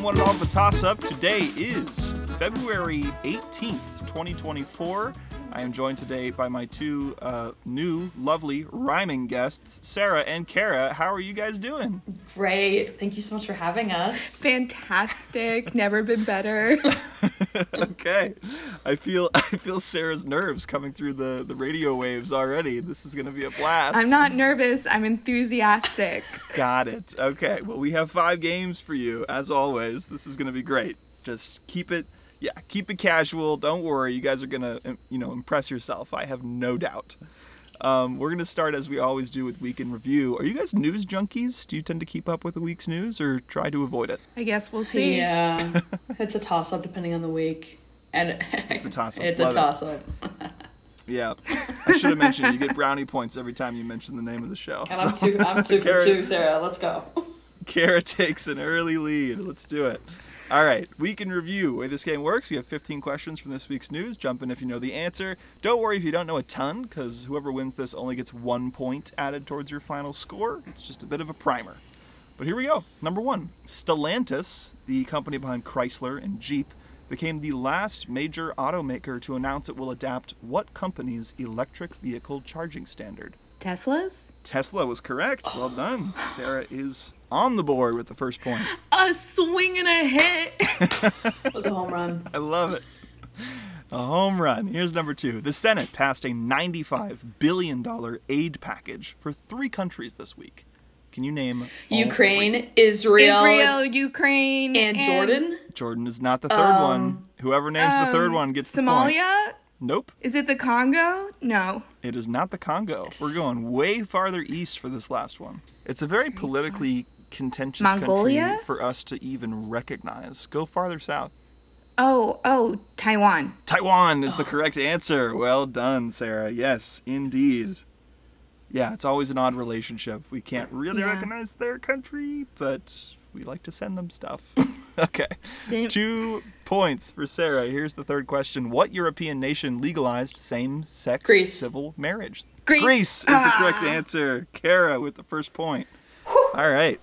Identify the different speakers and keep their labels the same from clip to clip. Speaker 1: one and all the toss up. Today is February 18th, 2024. I am joined today by my two uh, new, lovely rhyming guests, Sarah and Kara. How are you guys doing?
Speaker 2: Great. Thank you so much for having us.
Speaker 3: Fantastic. Never been better.
Speaker 1: okay, I feel I feel Sarah's nerves coming through the the radio waves already. This is gonna be a blast.
Speaker 3: I'm not nervous. I'm enthusiastic.
Speaker 1: Got it. Okay. Well, we have five games for you as always. This is gonna be great. Just keep it, yeah, keep it casual. Don't worry. You guys are gonna, um, you know, impress yourself. I have no doubt. Um, we're gonna start as we always do with week in review. Are you guys news junkies? Do you tend to keep up with the week's news or try to avoid it?
Speaker 3: I guess we'll see.
Speaker 2: Yeah. uh, it's a toss up depending on the week. And it's
Speaker 1: a toss-up.
Speaker 2: It's
Speaker 1: Love
Speaker 2: a
Speaker 1: it.
Speaker 2: toss up.
Speaker 1: Yeah. I should have mentioned you get brownie points every time you mention the name of the show.
Speaker 2: And I'm two I'm two for
Speaker 1: Karen-
Speaker 2: two, Sarah. Let's go.
Speaker 1: Kara takes an early lead. Let's do it. All right, week in review. The way this game works, we have 15 questions from this week's news. Jump in if you know the answer. Don't worry if you don't know a ton, because whoever wins this only gets one point added towards your final score. It's just a bit of a primer. But here we go. Number one Stellantis, the company behind Chrysler and Jeep, became the last major automaker to announce it will adapt what company's electric vehicle charging standard?
Speaker 3: Teslas?
Speaker 1: Tesla was correct. Well done. Sarah is on the board with the first point.
Speaker 3: A swing and a hit.
Speaker 2: It was a home run.
Speaker 1: I love it. A home run. Here's number two. The Senate passed a $95 billion aid package for three countries this week. Can you name all three?
Speaker 2: Ukraine, Israel,
Speaker 3: Israel, Ukraine,
Speaker 2: and Jordan.
Speaker 1: Jordan is not the third one. Whoever names the third
Speaker 3: um,
Speaker 1: one gets the point.
Speaker 3: Somalia?
Speaker 1: Nope.
Speaker 3: Is it the Congo? No.
Speaker 1: It is not the Congo. We're going way farther east for this last one. It's a very politically contentious
Speaker 3: Mongolia?
Speaker 1: country for us to even recognize. Go farther south.
Speaker 3: Oh, oh, Taiwan.
Speaker 1: Taiwan is the correct answer. Well done, Sarah. Yes, indeed. Yeah, it's always an odd relationship. We can't really
Speaker 3: Yeah.
Speaker 1: recognize their country, but we like to send them stuff. okay.
Speaker 3: Didn't-
Speaker 1: Two points for Sarah. Here's the third question. What European nation legalized same sex
Speaker 2: Greece.
Speaker 1: civil marriage?
Speaker 3: Greece. Ah.
Speaker 1: is the correct answer. Kara with the first point. All right.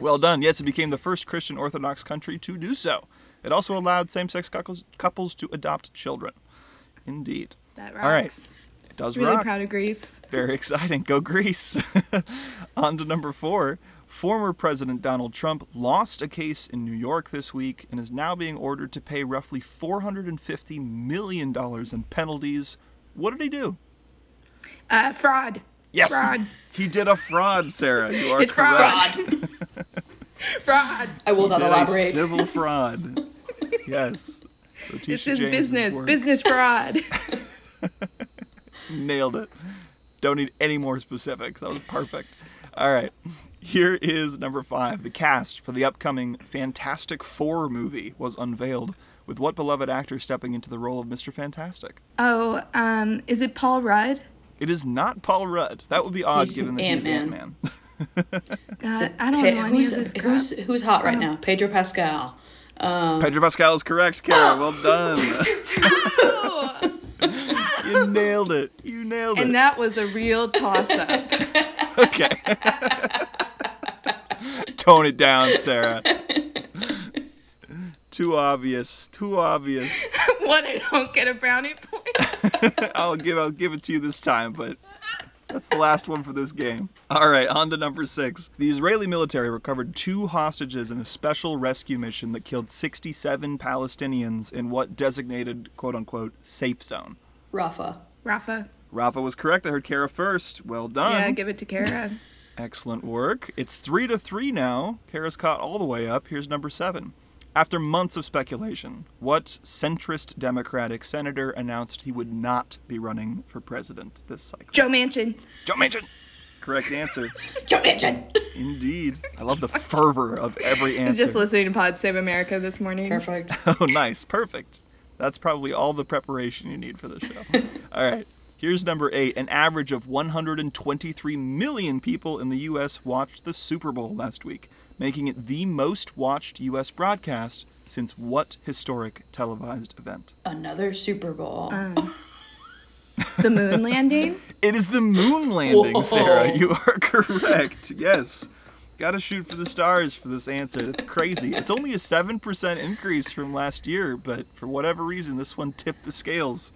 Speaker 1: Well done. Yes, it became the first Christian Orthodox country to do so. It also allowed same sex couples, couples to adopt children. Indeed.
Speaker 3: That rocks.
Speaker 1: All right. It does
Speaker 3: Really
Speaker 1: rock.
Speaker 3: proud of Greece.
Speaker 1: Very exciting. Go Greece. On to number four. Former President Donald Trump lost a case in New York this week and is now being ordered to pay roughly $450 million in penalties. What did he do?
Speaker 3: Uh, fraud.
Speaker 1: Yes.
Speaker 3: Fraud.
Speaker 1: He did a fraud, Sarah. You are
Speaker 3: It's
Speaker 1: correct.
Speaker 3: fraud.
Speaker 2: God,
Speaker 3: Fraud.
Speaker 2: I will not
Speaker 1: Did a
Speaker 2: elaborate.
Speaker 1: civil fraud. yes. Letitia
Speaker 3: This is
Speaker 1: James's
Speaker 3: business.
Speaker 1: work.
Speaker 3: Business fraud.
Speaker 1: Nailed it. Don't need any more specifics. That was perfect. All right. Here is number five. The cast for the upcoming Fantastic Four movie was unveiled, with what beloved actor stepping into the role of Mr. Fantastic?
Speaker 3: Oh, um, is it Paul Rudd?
Speaker 1: It is not Paul Rudd. That would be odd
Speaker 2: He's
Speaker 1: given that he's Ant
Speaker 2: Ant-Man.
Speaker 1: Man.
Speaker 3: God, Uh, I don't
Speaker 2: Pe-
Speaker 3: know any
Speaker 2: who's,
Speaker 3: of this crap. Oh.
Speaker 2: who's who's hot right now? Pedro Pascal.
Speaker 1: Pedro Pascal is correct, Kara. Well done. you nailed it. You nailed it.
Speaker 3: and that was a real toss-up.
Speaker 1: Okay. Tone it down, Sarah. too obvious. Too obvious.
Speaker 3: what? I don't get a brownie point.
Speaker 1: I'll give I'll give it to you this time, but that's the last one for this game. All right, on to number six. The Israeli military recovered two hostages in a special rescue mission that killed 67 Palestinians in what designated "quote unquote" safe zone.
Speaker 2: Rafa.
Speaker 3: Rafa.
Speaker 1: Rafa was correct. I heard Kara first. Well done.
Speaker 3: Yeah, give it to Kara.
Speaker 1: Excellent work. It's three to three now. Kara's caught all the way up. Here's number seven. After months of speculation, what centrist Democratic senator announced he would not be running for president this cycle?
Speaker 3: Joe Manchin.
Speaker 1: Joe Manchin. Correct answer.
Speaker 2: Joe Manchin.
Speaker 1: Indeed. I love the fervor of every answer.
Speaker 3: Just listening to Pod Save America this morning.
Speaker 2: Perfect.
Speaker 1: Oh, nice. Perfect. That's probably all the preparation you need for this show. all right. Here's number eight. An average of 123 million people in the U.S. watched the Super Bowl last week, making it the most watched U.S. broadcast since what historic televised event?
Speaker 2: Another Super Bowl.
Speaker 3: Uh, The moon landing.
Speaker 1: It is the moon landing,
Speaker 2: Whoa.
Speaker 1: Sarah. You are correct. Yes. Gotta shoot for the stars for this answer. That's crazy. It's only a 7% increase from last year, but for whatever reason, this one tipped the scales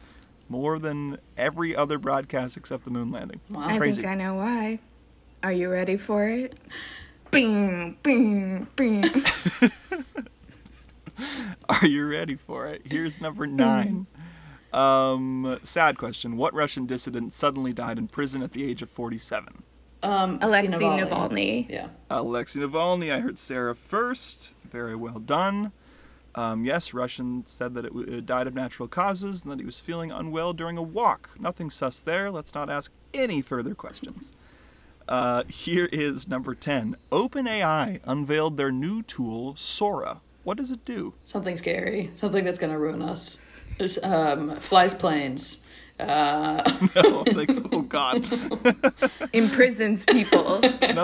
Speaker 1: more than every other broadcast except the moon landing.
Speaker 2: Wow.
Speaker 3: I
Speaker 1: Crazy.
Speaker 3: think I know why. Are you ready for it? Bing, bing, bing.
Speaker 1: Are you ready for it? Here's number nine. Um, sad question. What Russian dissident suddenly died in prison at the age of 47?
Speaker 2: Um,
Speaker 3: Alexei
Speaker 2: Navalny.
Speaker 3: Navalny.
Speaker 2: Yeah.
Speaker 1: Alexei Navalny. I heard Sarah first. Very well done. Um, yes, Russian said that it w- it died of natural causes and that he was feeling unwell during a walk. Nothing sus there. Let's not ask any further questions. Uh, here is number 10. OpenAI unveiled their new tool, Sora. What does it do?
Speaker 2: Something scary. Something that's gonna ruin us. There's, Um, flies planes. Uh,
Speaker 1: No, I'm like, oh God.
Speaker 3: Imprisons people.
Speaker 1: Nothing.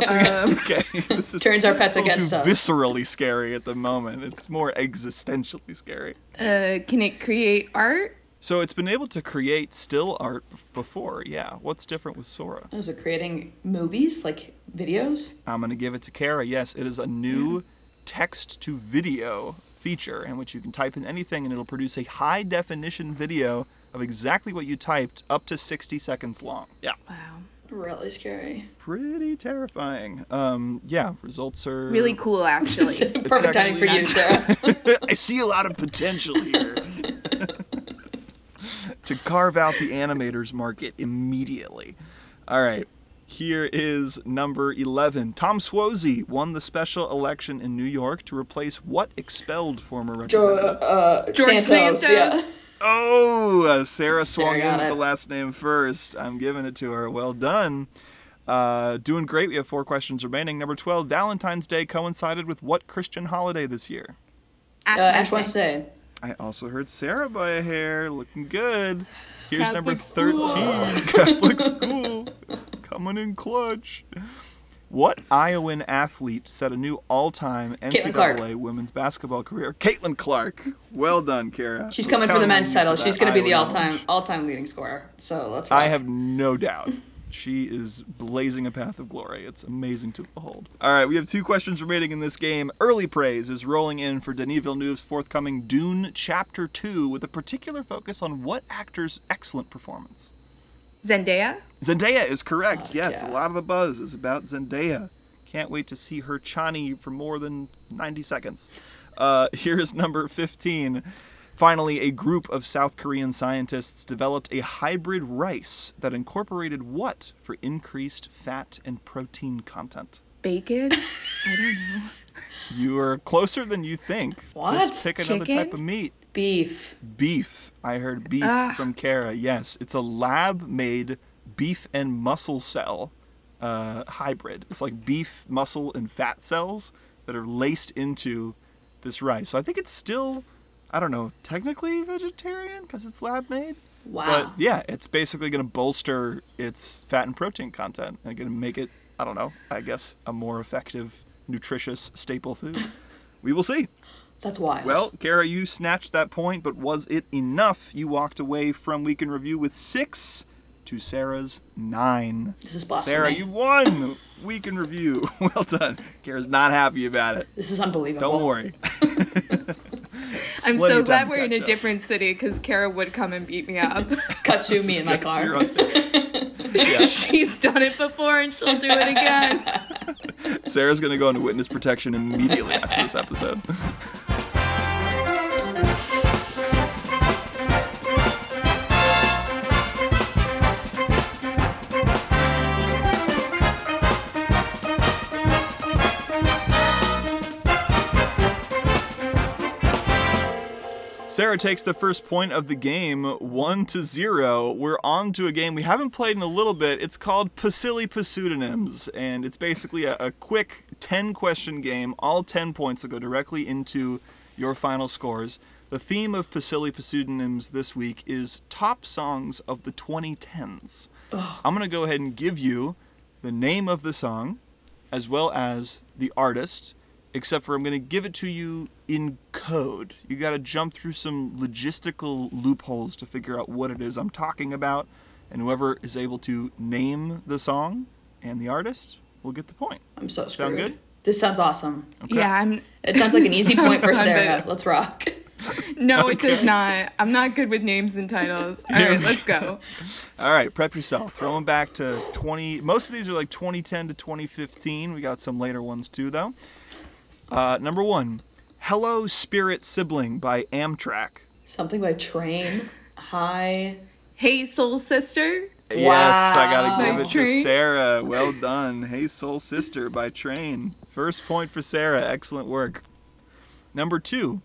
Speaker 1: okay. This is
Speaker 2: Um, turns our pets
Speaker 1: a little
Speaker 2: against
Speaker 1: too
Speaker 2: us.
Speaker 1: viscerally scary at the moment. It's more existentially scary.
Speaker 3: Uh, can it create art?
Speaker 1: So it's been able to create still art bef- before, yeah. What's different with Sora?
Speaker 2: those are creating movies like videos.
Speaker 1: I'm gonna give it to Kara. Yes, it is a new text to video feature in which you can type in anything and it'll produce a high definition video of exactly what you typed, up to 60 seconds long. Yeah,
Speaker 3: Wow.
Speaker 2: Really scary.
Speaker 1: pretty terrifying. Um, yeah, results are
Speaker 3: Really cool, actually.
Speaker 2: Perfect timing for you, Sarah.
Speaker 1: I see a lot of potential here. to carve out the animators market immediately. All right. Here is number 11. Tom Swozy won the special election in New York to replace what expelled former
Speaker 2: George,
Speaker 1: representative?
Speaker 2: uh,
Speaker 3: George
Speaker 2: Santos. Yeah.
Speaker 1: Oh, uh, Sarah swung
Speaker 2: Sarah
Speaker 1: in
Speaker 2: got
Speaker 1: with
Speaker 2: it.
Speaker 1: the last name first. I'm giving it to her. Well done. Uh, doing great. We have four questions remaining. Number 12. Valentine's Day coincided with what Christian holiday this year?
Speaker 3: Ask
Speaker 2: Uh, Ash
Speaker 3: Wednesday.
Speaker 2: wants to say.
Speaker 1: I also heard Sarah by a hair, looking good. Here's number
Speaker 3: Catholic school.
Speaker 1: 13 Catholic school. Coming in clutch. What Iowan athlete set a new all time
Speaker 2: Clark.
Speaker 1: NCAA women's basketball career? Caitlin Clark. Well done, Kara.
Speaker 2: She's
Speaker 1: I was
Speaker 2: coming for the
Speaker 1: counting on
Speaker 2: men's
Speaker 1: you
Speaker 2: title.
Speaker 1: for
Speaker 2: She's
Speaker 1: that
Speaker 2: going to be the
Speaker 1: Iowa
Speaker 2: all-time
Speaker 1: knowledge.
Speaker 2: all-time leading scorer. So let's.
Speaker 1: I
Speaker 2: rock.
Speaker 1: have no doubt. She is blazing a path of glory. It's amazing to behold. All right, we have two questions remaining in this game. Early praise is rolling in for Denis Villeneuve's forthcoming Dune Chapter 2 with a particular focus on what actor's excellent performance.
Speaker 3: Zendaya?
Speaker 1: Zendaya is correct. yes,
Speaker 2: Oh,
Speaker 1: a
Speaker 2: yeah.
Speaker 1: lot of the buzz is about Zendaya. Can't wait to see her Chani for more than 90 seconds. Uh, here's number 15. Finally, a group of South Korean scientists developed a hybrid rice that incorporated what for increased fat and protein content?
Speaker 3: Bacon? I don't know.
Speaker 1: You are closer than you think.
Speaker 2: What?
Speaker 1: Just pick another type
Speaker 3: Chicken?
Speaker 1: of meat.
Speaker 2: beef.
Speaker 1: beef. I heard beef
Speaker 3: Ah.
Speaker 1: from Kara. Yes, it's a lab-made beef and muscle cell uh, hybrid. It's like beef, muscle, and fat cells that are laced into this rice. So I think it's still, I don't know, technically vegetarian because it's lab-made.
Speaker 2: Wow.
Speaker 1: But yeah, it's basically going to bolster its fat and protein content and going to make it, I don't know, I guess a more effective, nutritious staple food. We will see.
Speaker 2: That's wild.
Speaker 1: Well, Kara, you snatched that point, but was it enough? You walked away from Week in Review with six to Sarah's nine.
Speaker 2: this is blasphemy.
Speaker 1: Sarah, you won Week in Review. Well done. Kara's not happy about it.
Speaker 2: This is unbelievable.
Speaker 1: Don't worry.
Speaker 3: I'm
Speaker 1: Plenty
Speaker 3: so
Speaker 1: of time
Speaker 3: glad
Speaker 1: to
Speaker 3: we're in a
Speaker 1: catch up.
Speaker 3: different city because Kara would come and beat me up.
Speaker 2: Cut you
Speaker 1: This
Speaker 2: me
Speaker 1: is
Speaker 2: in my
Speaker 1: good. You're
Speaker 2: car.
Speaker 1: on Sarah. Yeah.
Speaker 3: She's done it before and she'll do it again.
Speaker 1: Sarah's going to go into witness protection immediately after this episode. Sarah takes the first point of the game, one to zero. We're on to a game we haven't played in a little bit. It's called Pasili Pseudonyms, and it's basically a, a quick 10 question game. All 10 points will go directly into your final scores. The theme of Pasili Pseudonyms this week is top songs of the 2010s. I'm going to go ahead and give you the name of the song as well as the artist, except for I'm going to give it to you in code. You got to jump through some logistical loopholes to figure out what it is I'm talking about, and whoever is able to name the song and the artist will get the point.
Speaker 2: I'm so screwed.
Speaker 1: good?
Speaker 2: This sounds awesome.
Speaker 1: Okay.
Speaker 3: Yeah, I'm.
Speaker 2: It sounds like an easy point for
Speaker 3: Sounds fun, but-
Speaker 2: Sarah. Let's rock.
Speaker 3: No, it does not. I'm not good with names and titles. All
Speaker 1: Here
Speaker 3: right,
Speaker 1: we
Speaker 3: let's go.
Speaker 1: All right, prep yourself. Throwing back to 20. Most of these are like 2010 to 2015. We got some later ones too, though. Uh, number one, "Hello Spirit Sibling" by Amtrak.
Speaker 2: Something by train. Hi.
Speaker 3: Hey, soul sister.
Speaker 1: Yes, I gotta
Speaker 3: Wow.
Speaker 1: give it
Speaker 3: By
Speaker 1: to
Speaker 3: Train.
Speaker 1: Sarah. Well done. Hey, Soul Sister by Train. First point for Sarah. Excellent work. Number two,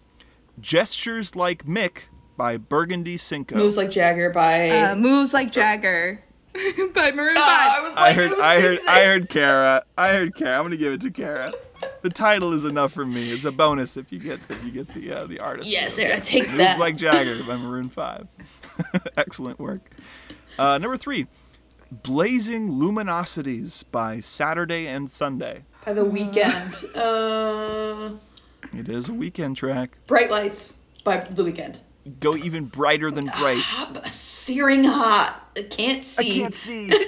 Speaker 1: "Gestures Like Mick" by Burgundy Cinco.
Speaker 2: Moves like Jagger by.
Speaker 3: Uh, moves like Jagger by Maroon
Speaker 2: Oh, I
Speaker 3: Five.
Speaker 2: was like,
Speaker 1: I heard,
Speaker 2: it was
Speaker 1: I heard,
Speaker 2: six-
Speaker 1: I heard, Kara. I heard Kara. I'm gonna give it to Kara. The title is enough for me. It's a bonus if you get if you get the uh, the artist.
Speaker 2: Yeah, Sarah, take
Speaker 1: Moves
Speaker 2: that.
Speaker 1: like Jagger by Maroon Five. Excellent work. Uh, number three, Blazing Luminosities by Saturday and Sunday.
Speaker 2: by the weekend. Uh,
Speaker 1: It is a weekend track.
Speaker 2: bright lights by the weekend.
Speaker 1: Go even brighter than bright.
Speaker 2: Hot, searing hot. I can't
Speaker 1: I
Speaker 2: see.
Speaker 1: can't see.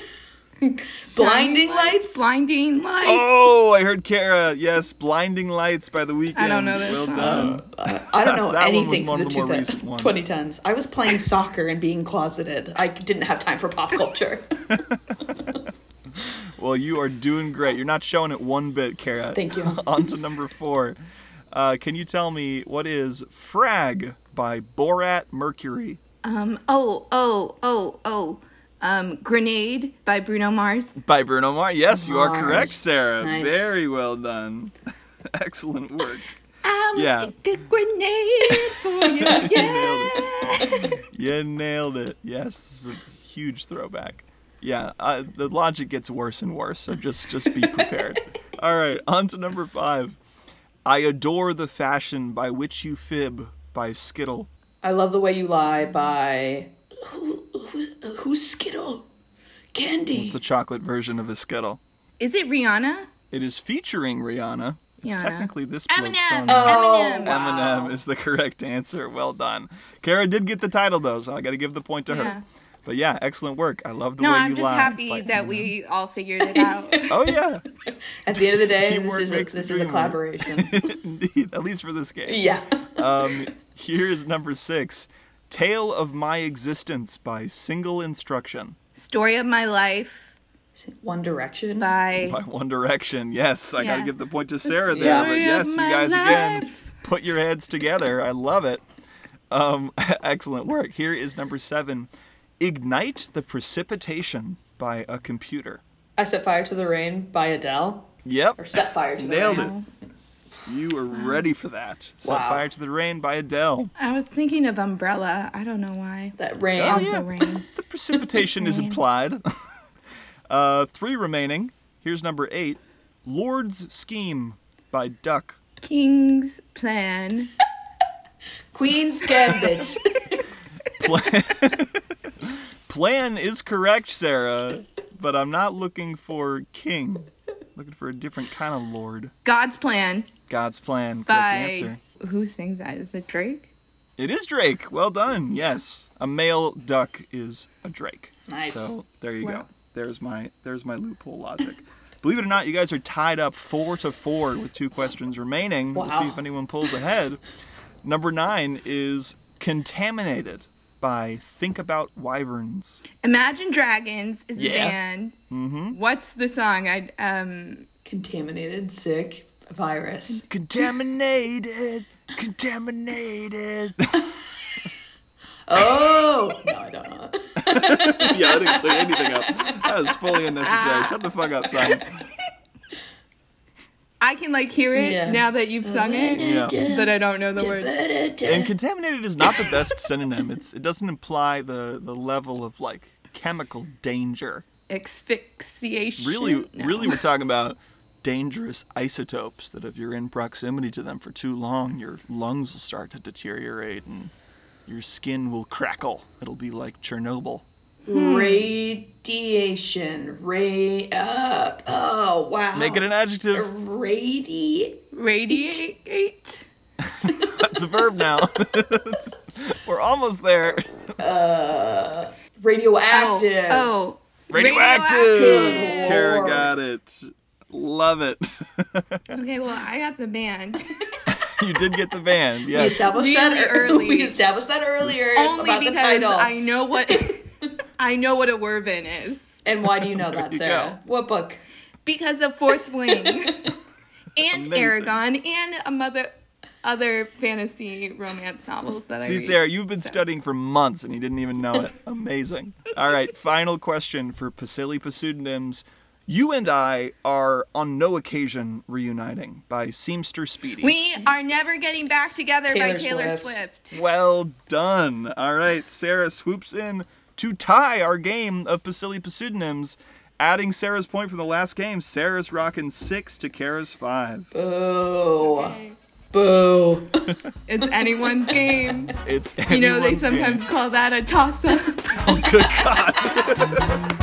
Speaker 2: Blinding lights.
Speaker 3: Blinding lights.
Speaker 1: Oh, I heard Kara. Yes, Blinding Lights by the Weekend.
Speaker 3: I don't know this
Speaker 1: Well
Speaker 3: song.
Speaker 1: done.
Speaker 2: Uh, I don't know
Speaker 1: That one was
Speaker 2: anything
Speaker 1: one
Speaker 2: from the,
Speaker 1: of the more
Speaker 2: 2000
Speaker 1: recent ones.
Speaker 2: 2010s. I was playing soccer and being closeted. I didn't have time for pop culture.
Speaker 1: Well, you are doing great. You're not showing it one bit, Kara.
Speaker 2: Thank you.
Speaker 1: On to number four. Uh, can you tell me what is Frag by Borat Mercury?
Speaker 3: Um. Oh. Oh. Oh. Oh. Um. Grenade by Bruno Mars.
Speaker 1: By Bruno Mars. Yes, you are
Speaker 2: Mars.
Speaker 1: correct, Sarah.
Speaker 2: Nice.
Speaker 1: Very well done. Excellent work.
Speaker 3: I would
Speaker 1: Yeah.
Speaker 3: take a grenade for you. Yeah.
Speaker 1: You nailed it. Yes, this is a huge throwback. Yeah, uh, the logic gets worse and worse, so just just be prepared. All right, on to number five. I adore the fashion by which you fib by Skittle.
Speaker 2: I love the way you lie by who, who, who's Skittle? Candy.
Speaker 1: It's a chocolate version of a Skittle.
Speaker 3: Is it Rihanna?
Speaker 1: It is featuring Rihanna. It's
Speaker 3: Rihanna.
Speaker 1: technically this bloke's
Speaker 3: Eminem. Oh,
Speaker 1: song.
Speaker 3: Eminem.
Speaker 1: Oh. Eminem is the correct answer. Well done. Kara did get the title though, so I got to give the point to
Speaker 3: Yeah.
Speaker 1: her. But yeah, excellent work. I love the
Speaker 3: No,
Speaker 1: way
Speaker 3: I'm
Speaker 1: you
Speaker 3: just
Speaker 1: lie.
Speaker 3: happy
Speaker 1: Like-
Speaker 3: that we all figured it out.
Speaker 1: Oh yeah,
Speaker 2: At the end of the day, this
Speaker 1: Teamwork
Speaker 2: is a,
Speaker 1: makes the
Speaker 2: this is a
Speaker 1: dream work.
Speaker 2: collaboration.
Speaker 1: indeed. At least for this game.
Speaker 2: yeah.
Speaker 1: Um, here's number six: "Tale of My Existence" by Single Instruction
Speaker 3: Story of my life
Speaker 2: One Direction.
Speaker 3: by
Speaker 1: by One Direction. Yes, I got to
Speaker 3: Yeah.
Speaker 1: give the point to Sarah
Speaker 2: story
Speaker 1: there. But
Speaker 3: of
Speaker 1: yes, you
Speaker 3: my
Speaker 1: guys again
Speaker 3: life.
Speaker 1: put your heads together. I love it. Um, excellent work. Here is number seven: "Ignite the Precipitation" by a computer.
Speaker 2: I Set Fire to the Rain by Adele.
Speaker 1: Yep.
Speaker 2: Or Set Fire to the
Speaker 1: Nailed
Speaker 2: Rain.
Speaker 1: it. You were ready for that. Set
Speaker 2: Wow.
Speaker 1: Fire to the Rain by Adele.
Speaker 3: I was thinking of Umbrella. I don't know why.
Speaker 2: That rain.
Speaker 1: Oh,
Speaker 3: Also
Speaker 1: yeah.
Speaker 3: rain.
Speaker 1: The precipitation is implied. uh, three remaining. Here's number eight Lord's Scheme by Duck.
Speaker 3: King's plan.
Speaker 2: Queen's Gambit.
Speaker 1: Plan is correct, Sarah, but I'm not looking for king. Looking for a different kind of lord.
Speaker 3: God's plan
Speaker 1: God's plan. Correct
Speaker 3: by
Speaker 1: answer.
Speaker 3: who sings that? Is it Drake?
Speaker 1: It is Drake. Well done. Yes, a male duck is a drake.
Speaker 2: Nice.
Speaker 1: So there you go.
Speaker 3: Wow.
Speaker 1: There's my there's my loophole logic. Believe it or not, you guys are tied up four to four with two questions remaining. We'll see
Speaker 2: Wow.
Speaker 1: if anyone pulls ahead. Number nine is contaminated by Think About Wyverns.
Speaker 3: Imagine Dragons is
Speaker 1: Yeah.
Speaker 3: a band. Mm-hmm. What's the song? I um
Speaker 2: Contaminated, sick, virus.
Speaker 1: Contaminated, contaminated.
Speaker 2: Oh! No, I don't know.
Speaker 1: yeah, I didn't clear anything up. That was fully unnecessary. Shut the fuck up, son.
Speaker 3: I can like hear it
Speaker 2: Yeah.
Speaker 3: now that you've sung it,
Speaker 1: Yeah.
Speaker 3: but I don't know the word.
Speaker 1: And contaminated is not the best synonym. It's it doesn't imply the the level of like chemical danger.
Speaker 3: Asphyxiation.
Speaker 1: Really,
Speaker 3: No.
Speaker 1: really, we're talking about dangerous isotopes that if you're in proximity to them for too long, your lungs will start to deteriorate and your skin will crackle. It'll be like Chernobyl.
Speaker 3: Hmm.
Speaker 2: Radiation. Ray. Uh, oh, wow.
Speaker 1: Make it an adjective.
Speaker 2: Radi.
Speaker 3: radiate.
Speaker 1: That's a verb now. we're almost there.
Speaker 2: Radioactive.
Speaker 3: Oh, oh.
Speaker 1: Radioactive.
Speaker 3: Radioactive.
Speaker 1: Kara
Speaker 2: Lord.
Speaker 1: got it. Love it.
Speaker 3: Okay, well, I got the band.
Speaker 1: you did get the band.
Speaker 2: We
Speaker 1: Yes.
Speaker 2: established that
Speaker 3: Really early.
Speaker 2: We established that earlier. It's
Speaker 3: Only
Speaker 2: about the
Speaker 3: because
Speaker 2: title.
Speaker 3: I know what I know what a wervin is
Speaker 2: And why do you know that,
Speaker 1: you
Speaker 2: Sarah? What book?
Speaker 3: because of Fourth Wing and
Speaker 1: Amazing.
Speaker 3: Aragon and a mother other fantasy romance novels that I
Speaker 1: See,
Speaker 3: read.
Speaker 1: Sarah, you've been studying for months and you didn't even know it. Amazing. All right, final question for Pasili Pseudonyms. You and I are on no occasion reuniting by Seamster Speedy.
Speaker 3: We are never getting back together by
Speaker 2: Taylor
Speaker 3: Taylor
Speaker 2: Swift.
Speaker 3: Swift.
Speaker 1: Well done. All right, Sarah swoops in to tie our game of Basili pseudonyms, adding Sarah's point from the last game. Sarah's rocking six to Kara's five.
Speaker 2: Boo. Boo.
Speaker 3: It's anyone's game.
Speaker 1: It's
Speaker 3: You know, they
Speaker 1: anyone's game.
Speaker 3: sometimes call that a toss up.
Speaker 1: Good God.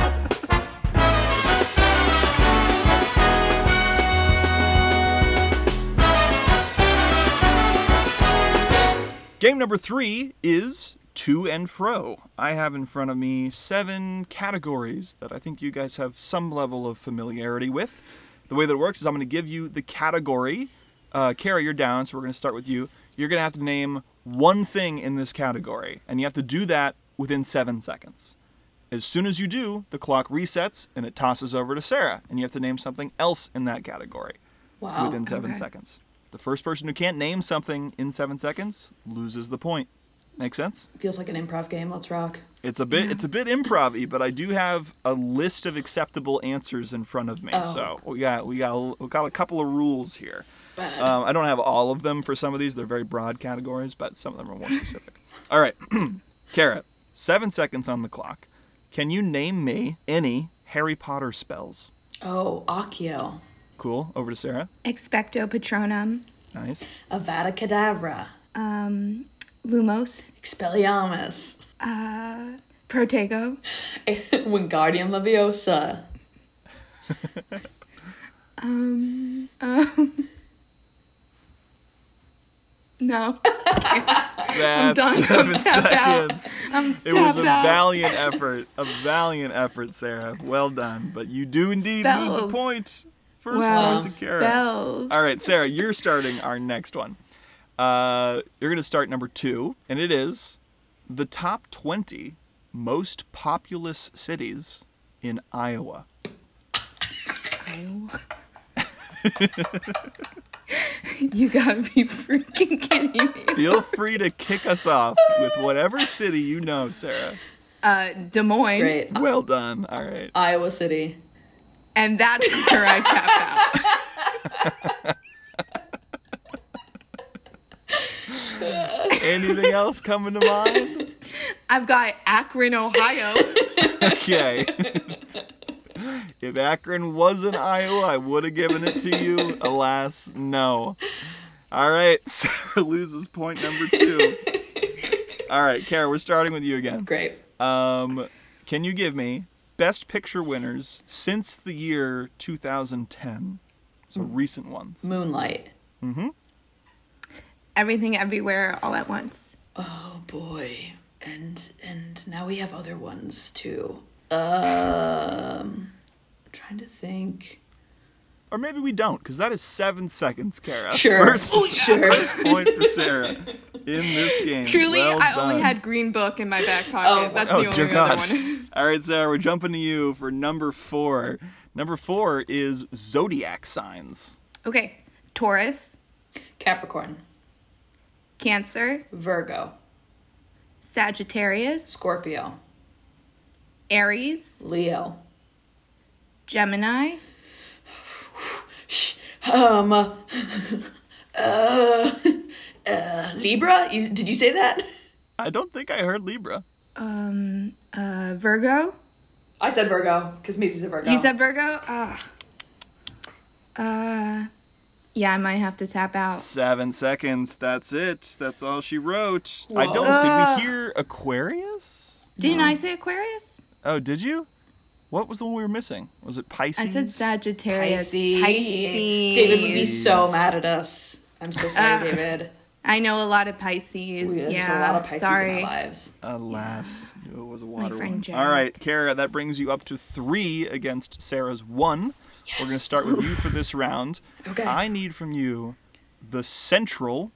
Speaker 1: Game number three is To and Fro. I have in front of me seven categories that I think you guys have some level of familiarity with. The way that it works is I'm going to give you the category. Uh, Kara, you're down, so we're going to start with you. You're going to have to name one thing in this category, and you have to do that within seven seconds. As soon as you do, the clock resets and it tosses over to Sarah, and you have to name something else in that category
Speaker 2: Wow.
Speaker 1: within seven
Speaker 3: okay.
Speaker 1: seconds. The first person who can't name something in seven seconds loses the point. Make sense?
Speaker 2: Feels like an improv game. Let's rock.
Speaker 1: It's a bit it's a bit improv-y, but I do have a list of acceptable answers in front of me. So
Speaker 3: Oh.
Speaker 1: we got we got we got a couple of rules here. Um, I don't have all of them for some of these. They're very broad categories, but some of them are more specific. all right, Kara, seven seconds on the clock. Can you name me any Harry Potter spells?
Speaker 2: Oh, Accio.
Speaker 1: Cool. Over to Sarah.
Speaker 3: Expecto Patronum,
Speaker 1: Nice.
Speaker 2: Avada Kedavra.
Speaker 3: um, Lumos,
Speaker 2: Expelliarmus.
Speaker 3: Protego,
Speaker 2: Wingardium Leviosa.
Speaker 3: no,
Speaker 1: That's
Speaker 3: done.
Speaker 1: seven
Speaker 3: I'm tapped out.
Speaker 1: seconds.
Speaker 3: I'm
Speaker 1: It was a
Speaker 3: tapped out.
Speaker 1: valiant effort. A valiant effort, Sarah. Well done. But you do indeed lose the
Speaker 3: Spells.
Speaker 1: point. First
Speaker 3: Wow,
Speaker 1: one to Kara.
Speaker 3: spells.
Speaker 1: All right, Sarah, you're starting our next one. Uh, you're going to start number two, and it is the top 20 most populous cities in Iowa.
Speaker 3: You gotta be freaking kidding me.
Speaker 1: Feel free to kick us off with whatever city you know, Sarah.
Speaker 3: Uh, Des Moines,
Speaker 2: Great.
Speaker 1: Well done. All right.
Speaker 3: Uh,
Speaker 2: Iowa City.
Speaker 3: and that's where I tapped out.
Speaker 1: Anything else coming to mind?
Speaker 3: I've got Akron, Ohio.
Speaker 1: Okay. if Akron was in Iowa, I would have given it to you. Alas, no. All right, Sarah loses point number two. All right, Kara, we're starting with you again.
Speaker 2: Great.
Speaker 1: Um, can you give me best picture winners since the year 2010? So
Speaker 3: Hmm.
Speaker 1: recent ones.
Speaker 2: Moonlight.
Speaker 3: Everything, everywhere, all at once.
Speaker 2: Oh boy. And and now we have other ones too. Um trying to think.
Speaker 1: Or maybe we don't, because that is seven seconds, Kara.
Speaker 2: Sure. Oh,
Speaker 1: First
Speaker 3: Oh,
Speaker 2: Sure.
Speaker 1: point for Sarah in this game.
Speaker 3: Truly,
Speaker 1: Well
Speaker 3: I only
Speaker 1: done.
Speaker 3: had Green Book in my back pocket.
Speaker 2: Oh.
Speaker 3: that's
Speaker 1: Oh
Speaker 3: the only
Speaker 1: dear
Speaker 3: other
Speaker 1: God!
Speaker 3: one.
Speaker 1: All right, Sarah, we're jumping to you for number four. Number four is zodiac signs.
Speaker 3: Okay, Taurus,
Speaker 2: Capricorn.
Speaker 3: Cancer,
Speaker 2: Virgo.
Speaker 3: Sagittarius,
Speaker 2: Scorpio.
Speaker 3: Aries,
Speaker 2: Leo.
Speaker 3: Gemini,
Speaker 2: Um uh, uh, Libra? You, did you say that?
Speaker 1: I don't think I heard Libra.
Speaker 3: um, uh, Virgo.
Speaker 2: I said Virgo because Macy's a Virgo.
Speaker 3: You said Virgo? Ugh. Uh, yeah, I might have to tap out.
Speaker 1: Seven seconds. That's it. That's all she wrote. I
Speaker 2: Whoa.
Speaker 1: don't.
Speaker 3: Uh.
Speaker 1: Did we hear Aquarius?
Speaker 3: Didn't I say Aquarius?
Speaker 1: Oh, did you? What was the one we were missing? Was it Pisces?
Speaker 3: I said Sagittarius.
Speaker 2: Pisces.
Speaker 3: Pisces.
Speaker 2: David would be so mad at us. I'm so sorry, David.
Speaker 3: I know a lot of Pisces.
Speaker 2: We, there's
Speaker 3: yeah,
Speaker 2: a lot of Pisces
Speaker 3: sorry.
Speaker 2: in our lives.
Speaker 1: Alas, knew it was a water
Speaker 3: friend
Speaker 1: one.
Speaker 3: Jack.
Speaker 1: All right, Kara, that brings you up to three against Sarah's one. We're going to start with you for this round.
Speaker 2: Okay.
Speaker 1: I need from you the central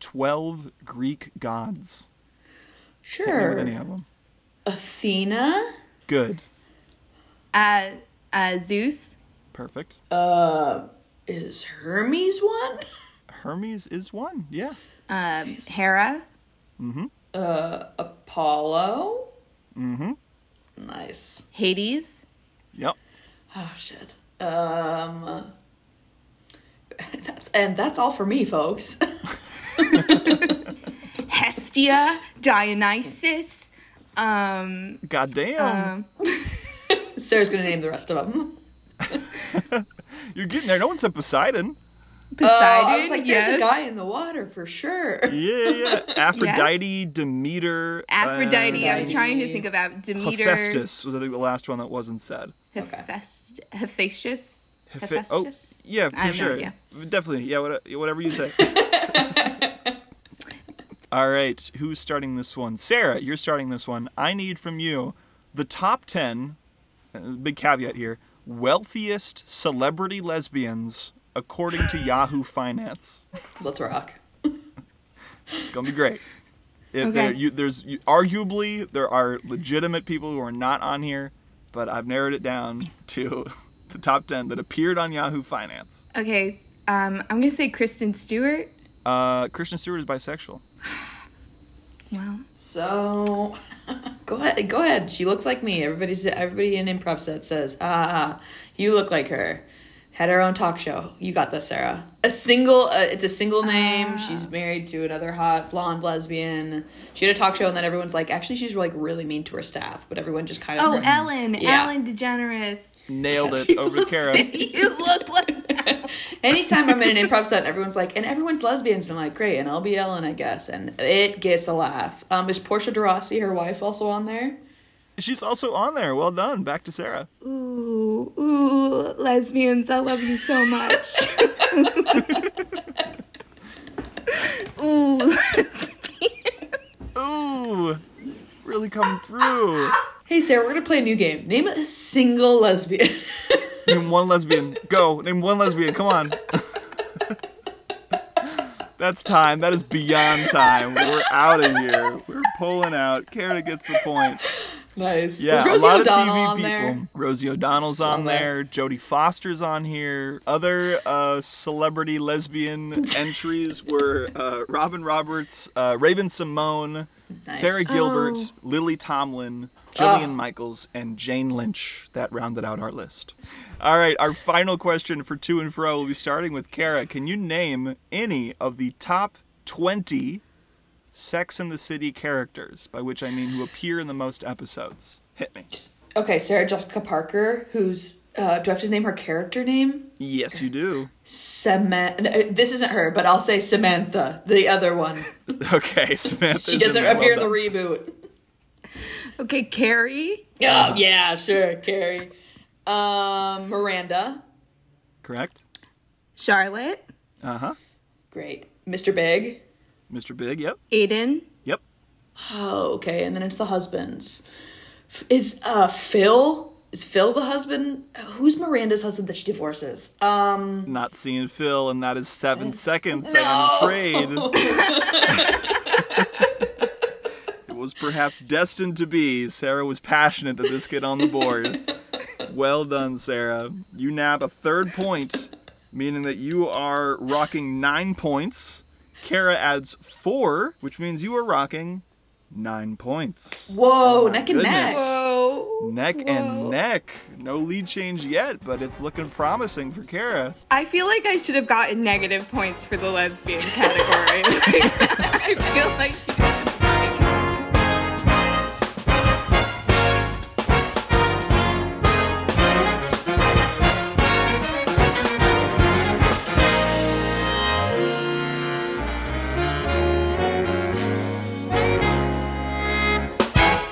Speaker 1: 12 Greek gods. Name of any
Speaker 2: Sure.
Speaker 1: of them.
Speaker 2: Athena?
Speaker 1: Good.
Speaker 3: Uh, uh, Zeus.
Speaker 1: Perfect.
Speaker 2: Is Hermes one?
Speaker 1: Hermes is one. Yeah.
Speaker 3: Um, Hera.
Speaker 2: Apollo? Mm hmm. Nice.
Speaker 3: Hades.
Speaker 1: Yep.
Speaker 2: Oh, shit. Um. That's, and that's all for me, folks.
Speaker 3: Hestia. Dionysus. Um,
Speaker 1: Goddamn.
Speaker 2: Oh, Sarah's gonna name the rest of them.
Speaker 1: You're getting there. No one said Poseidon.
Speaker 3: Poseidon.
Speaker 2: Uh, I was like, there's a
Speaker 3: yes.
Speaker 2: guy in the water for sure.
Speaker 1: Yeah, yeah. Aphrodite, Demeter, uh,
Speaker 3: Aphrodite. I was
Speaker 2: Aphrodite.
Speaker 3: trying to think about Demeter.
Speaker 1: Hephaestus was I think the last one that wasn't said.
Speaker 3: Hephaest- Hephaestus.
Speaker 1: Hepha- oh,
Speaker 3: Hephaestus?
Speaker 1: yeah, for
Speaker 3: I have no
Speaker 1: sure.
Speaker 3: idea.
Speaker 1: Definitely. Yeah, what- whatever you say. All right, who's starting this one? Sarah, you're starting this one. I need from you the top 10, uh, big caveat here, wealthiest celebrity lesbians according to Yahoo Finance.
Speaker 2: Let's rock.
Speaker 1: It's going to be great. If
Speaker 3: Okay.
Speaker 1: there, you, there's you, arguably there are legitimate people who are not on here, but I've narrowed it down to the top 10 that appeared on Yahoo Finance.
Speaker 3: Okay, um, I'm gonna say Kristen Stewart.
Speaker 1: Uh, Christian Stewart is bisexual.
Speaker 3: Wow.
Speaker 2: So go ahead, go ahead. She looks like me. Everybody's everybody in improv set says, "Ah, you look like her." Had her own talk show. You got this, Sarah. A single. Uh, it's a single
Speaker 3: Ah.
Speaker 2: name. She's married to another hot blonde lesbian. She had a talk show, and then everyone's like, "Actually, she's like really mean to her staff," but everyone just kind of.
Speaker 3: Oh, Ellen.
Speaker 2: Yeah.
Speaker 3: Ellen DeGeneres.
Speaker 1: Nailed it over to Kara.
Speaker 3: you look like.
Speaker 2: Anytime I'm in an improv set, everyone's like, and everyone's lesbians, and I'm like, great, and I'll be Ellen, I guess, and it gets a laugh. Um, is Portia de Rossi, her wife, also on there?
Speaker 1: She's also on there. Well done. Back to Sarah.
Speaker 3: Ooh, ooh, lesbians, I love you so much. ooh, lesbian.
Speaker 1: Ooh, really coming through.
Speaker 2: Hey Sarah, we're gonna play a new game. Name a single lesbian.
Speaker 1: Name one lesbian. Go. Name one lesbian. Come on. That's time. That is beyond time. We're out of here. We're pulling out. Kara gets the point.
Speaker 2: nice.
Speaker 1: Yeah,
Speaker 2: Is Rosie
Speaker 1: a lot
Speaker 2: O'Donnell
Speaker 1: of TV
Speaker 2: on
Speaker 1: people.
Speaker 2: there?
Speaker 1: Rosie O'Donnell's on
Speaker 2: On there.
Speaker 1: there. Jodie Foster's on here. Other uh, celebrity lesbian entries were uh, Robin Roberts, uh, Raven Simone, Sarah Gilbert,
Speaker 3: Oh.
Speaker 1: Lily Tomlin, Jillian Michaels, and Jane Lynch. That rounded out our list. All right, our final question for Two and Fro will be starting with Kara. Can you name any of the top 20 Sex in the City characters, by which I mean who appear in the most episodes? Hit me.
Speaker 2: Okay, Sarah Jessica Parker, who's uh, do I have to name her character name?
Speaker 1: Yes, you do.
Speaker 2: Samantha. uh, This isn't her, but I'll say Samantha, the other one.
Speaker 1: Okay, Samantha.
Speaker 2: She doesn't appear in the reboot.
Speaker 3: Okay, Carrie.
Speaker 2: Oh yeah, sure, Carrie. Um, Miranda,
Speaker 1: Correct.
Speaker 3: Charlotte.
Speaker 1: Uh huh.
Speaker 2: great. Mr. Big.
Speaker 1: Mr. Big. Yep.
Speaker 3: Aiden.
Speaker 1: Yep.
Speaker 2: Oh, okay. And then it's the husbands. F- Is uh Phil? Is Phil the husband? Who's Miranda's husband that she divorces? Um,
Speaker 1: Not seeing Phil, and that is seven seconds. I'm afraid. it was perhaps destined to be. Sarah was passionate that this get on the board. Well done, Sarah. You nab a third point, meaning that you are rocking nine points. Kara adds four, which means you are rocking nine points.
Speaker 2: whoa, neck and
Speaker 1: goodness.
Speaker 2: neck.
Speaker 3: Oh.
Speaker 1: Neck and neck. No lead change yet, but it's looking promising for Kara.
Speaker 3: I feel like I should have gotten negative points for the lesbian category. Like, I feel like.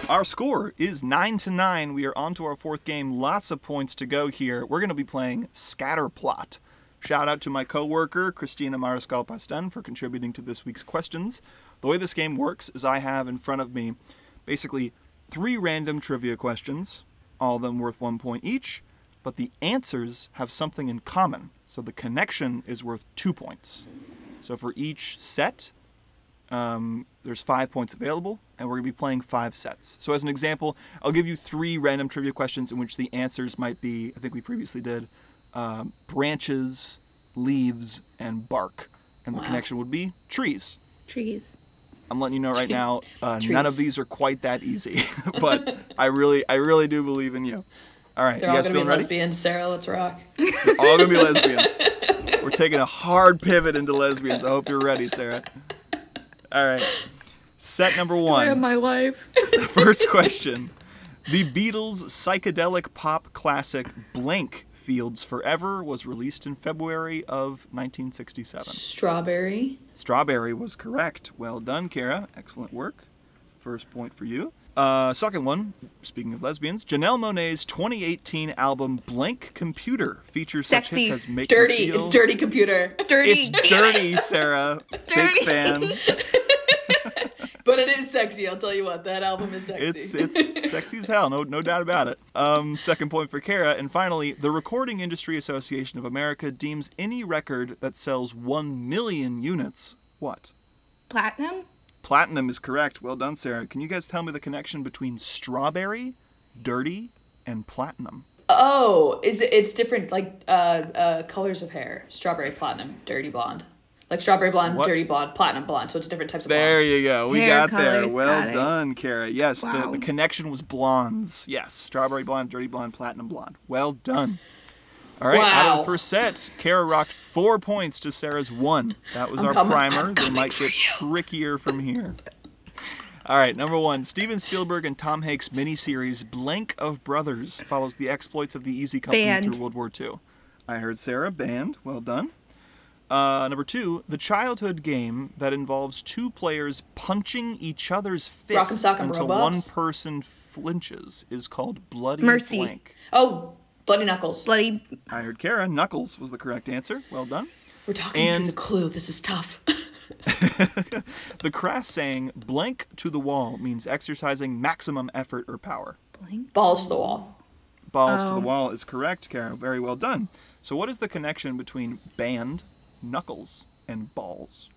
Speaker 1: Our score is 9 to 9. We are on to our fourth game. Lots of points to go here. We're going to be playing Scatterplot. Shout out to my coworker, Christina Mariscal Pasten, for contributing to this week's questions. The way this game works is I have in front of me basically three random trivia questions, all of them worth one point each. but the answers have something in common. So the connection is worth two points. So for each set, um, there's five points available, and we're going to be playing five sets. So, as an example, I'll give you three random trivia questions in which the answers might be I think we previously did um, branches, leaves, and bark. And the
Speaker 2: Wow.
Speaker 1: connection would be trees.
Speaker 3: Trees.
Speaker 1: I'm letting you know right now, uh, none of
Speaker 2: Trees.
Speaker 1: these are quite that easy, but I really, I really do believe in you. All right,
Speaker 2: They're
Speaker 1: you
Speaker 2: all
Speaker 1: guys
Speaker 2: gonna be
Speaker 1: feeling ready?
Speaker 2: lesbians. Sarah, let's rock.
Speaker 1: They're all gonna be lesbians. We're taking a hard pivot into lesbians. I hope you're ready, Sarah. All right, set number
Speaker 3: Story of
Speaker 1: one.
Speaker 3: my life.
Speaker 1: First question. The Beatles' psychedelic pop classic Blank Fields Forever was released in February of 1967.
Speaker 2: Strawberry.
Speaker 1: Strawberry was correct. Well done, Kara. Excellent work. First point for you. Uh, second one, speaking of lesbians, Janelle Monae's 2018 album Blank Computer features such
Speaker 3: Sexy.
Speaker 1: hits as Make Me
Speaker 2: Dirty.
Speaker 1: Feel-
Speaker 2: It's dirty computer.
Speaker 3: Dirty.
Speaker 1: It's dirty, Sarah. Big
Speaker 3: Dirty.
Speaker 1: fan.
Speaker 2: But it is sexy, I'll tell you what. That album is sexy.
Speaker 1: It's it's sexy as hell, no no doubt about it. Um, second point for Kara, and finally, the Recording Industry Association of America deems any record that sells one million units what?
Speaker 3: Platinum.
Speaker 1: Platinum is correct. Well done, Sarah. Can you guys tell me the connection between strawberry, dirty, and platinum?
Speaker 2: Oh, is it? It's different, like uh, uh, colors of hair. Strawberry platinum, dirty blonde. Like strawberry blonde,
Speaker 1: What?
Speaker 2: dirty blonde, platinum blonde. So it's different types of
Speaker 1: There
Speaker 2: blondes.
Speaker 1: you go. We
Speaker 3: Hair
Speaker 1: got there.
Speaker 3: colors,
Speaker 1: Well
Speaker 3: got it.
Speaker 1: done, Kara. Yes,
Speaker 3: Wow.
Speaker 1: the, the connection was blondes. Yes, strawberry blonde, dirty blonde, platinum blonde. Well done. All right, out of
Speaker 2: Wow.
Speaker 1: the first set, Kara rocked four points to Sarah's one. That was our
Speaker 2: coming-
Speaker 1: primer.
Speaker 2: I'm
Speaker 1: They
Speaker 2: coming
Speaker 1: might get trickier from here. All right, number one. Steven Spielberg and Tom Hanks miniseries Blank of Brothers follows the exploits of the Easy Company
Speaker 3: Band.
Speaker 1: through World War II. I heard Sarah, band. Well done. Uh, number two, the childhood game that involves two players punching each other's fists
Speaker 2: sock'em
Speaker 1: until
Speaker 2: robots.
Speaker 1: one person flinches is called Bloody
Speaker 3: Mercy.
Speaker 1: Blank.
Speaker 2: Oh, bloody knuckles.
Speaker 3: Bloody.
Speaker 1: I heard Kara. Knuckles was the correct answer. Well done.
Speaker 2: We're talking
Speaker 1: and-
Speaker 2: through the clue. This is tough.
Speaker 1: The crass saying, blank to the wall, means exercising maximum effort or power.
Speaker 3: Blank.
Speaker 2: Balls to the wall.
Speaker 1: Balls
Speaker 2: Oh.
Speaker 1: to the wall is correct, Kara. Very well done. So, what is the connection between band, knuckles, and balls?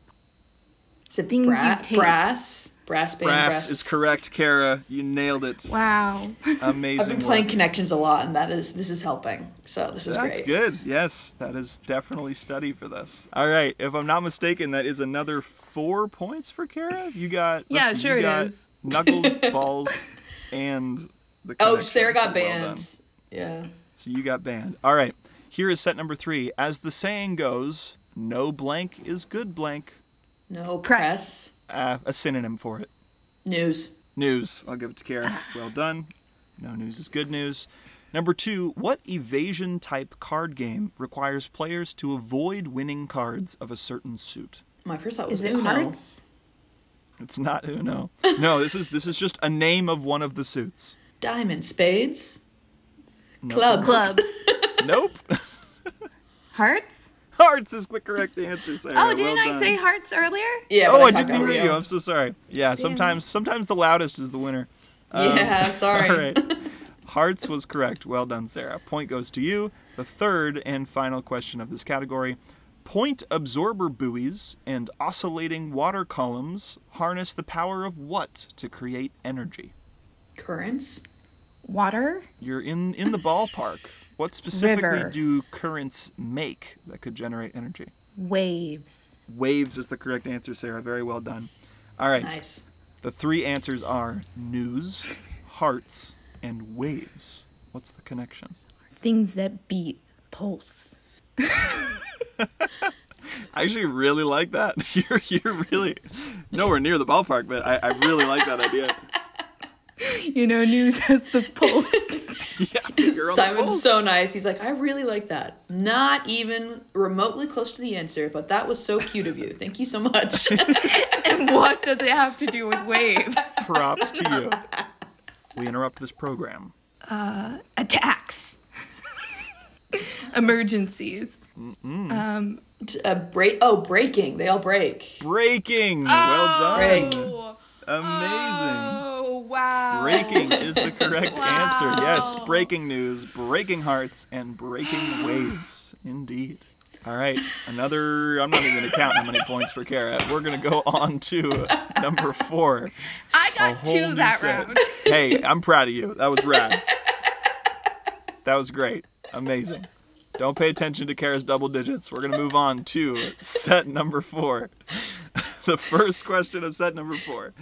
Speaker 2: Is it
Speaker 3: Things you
Speaker 2: bra-
Speaker 3: take.
Speaker 2: brass? Brass band.
Speaker 1: Brass is correct, Kara. You nailed it.
Speaker 3: Wow.
Speaker 1: Amazing.
Speaker 2: I've been playing
Speaker 1: work.
Speaker 2: connections a lot, and that is this is helping. So this is
Speaker 1: That's
Speaker 2: great.
Speaker 1: good. Yes, that is definitely study for this. All right, if I'm not mistaken, that is another four points for Kara. You got let's
Speaker 3: Yeah,
Speaker 1: see,
Speaker 3: sure
Speaker 1: you
Speaker 3: it
Speaker 1: got
Speaker 3: is.
Speaker 1: Knuckles, balls, and the.
Speaker 2: Oh,
Speaker 1: connection,
Speaker 2: Sarah got
Speaker 1: so well done.
Speaker 2: banned. yeah.
Speaker 1: so you got banned. All right, here is set number three. As the saying goes, no blank is good blank.
Speaker 2: No
Speaker 3: Press.
Speaker 2: press.
Speaker 1: Uh, a synonym for it.
Speaker 2: News.
Speaker 1: News. I'll give it to Kara. Well done. No news is good news. Number two, what evasion type card game requires players to avoid winning cards of a certain suit?
Speaker 2: My first thought was
Speaker 3: Is it
Speaker 2: Uno.
Speaker 3: hearts?
Speaker 1: It's not Uno. No, this is this is just a name of one of the suits.
Speaker 2: Diamond spades.
Speaker 1: Nope.
Speaker 2: Clubs.
Speaker 3: Clubs.
Speaker 1: Nope.
Speaker 3: hearts.
Speaker 1: Hearts is the correct answer, Sarah.
Speaker 3: Oh,
Speaker 1: Well
Speaker 3: didn't I
Speaker 1: done.
Speaker 3: say hearts earlier?
Speaker 2: Yeah. but
Speaker 1: Oh, I
Speaker 2: talked
Speaker 1: didn't
Speaker 2: about
Speaker 1: hear you.
Speaker 2: Rio.
Speaker 1: I'm so sorry. Yeah, sometimes sometimes the loudest is the winner.
Speaker 2: yeah. Sorry.
Speaker 1: oh, All right. Hearts was correct. Well done, Sarah. Point goes to you. The third and final question of this category. Point absorber buoys and oscillating water columns harness the power of what to create energy?
Speaker 2: Currents.
Speaker 3: Water.
Speaker 1: You're in in the ballpark. What specifically
Speaker 3: River.
Speaker 1: do currents make that could generate energy?
Speaker 3: Waves.
Speaker 1: Waves is the correct answer, Sarah. Very well done. All right.
Speaker 2: Nice.
Speaker 1: The three answers are news, hearts, and waves. What's the connection?
Speaker 3: Things that beat. Pulse.
Speaker 1: I actually really like that. You're you're really nowhere near the ballpark, but I, I really like that idea.
Speaker 3: You know, news has the pulse.
Speaker 1: Yeah, finger on the
Speaker 2: Simon's
Speaker 1: pulse.
Speaker 2: so nice. He's like, I really like that. Not even remotely close to the answer, but that was so cute of you. Thank you so much.
Speaker 3: and what does it have to do with waves?
Speaker 1: props to you. We interrupt this program.
Speaker 3: Attacks. Emergencies.
Speaker 2: A break. Oh, breaking. They all break.
Speaker 1: Breaking. well done.
Speaker 2: Break.
Speaker 1: Amazing.
Speaker 3: Oh, wow.
Speaker 1: Breaking is the correct answer. Yes,
Speaker 3: Wow.
Speaker 1: breaking news, breaking hearts, and breaking waves. Indeed. All right, another. I'm not even going to count how many points for Kara. We're going to go on to number four.
Speaker 3: I
Speaker 1: A
Speaker 3: got
Speaker 1: whole
Speaker 3: two
Speaker 1: new
Speaker 3: that
Speaker 1: set.
Speaker 3: round.
Speaker 1: Hey, I'm proud of you. That was rad. that was great. Amazing. Don't pay attention to Kara's double digits. We're going to move on to set number four. the first question of set number four.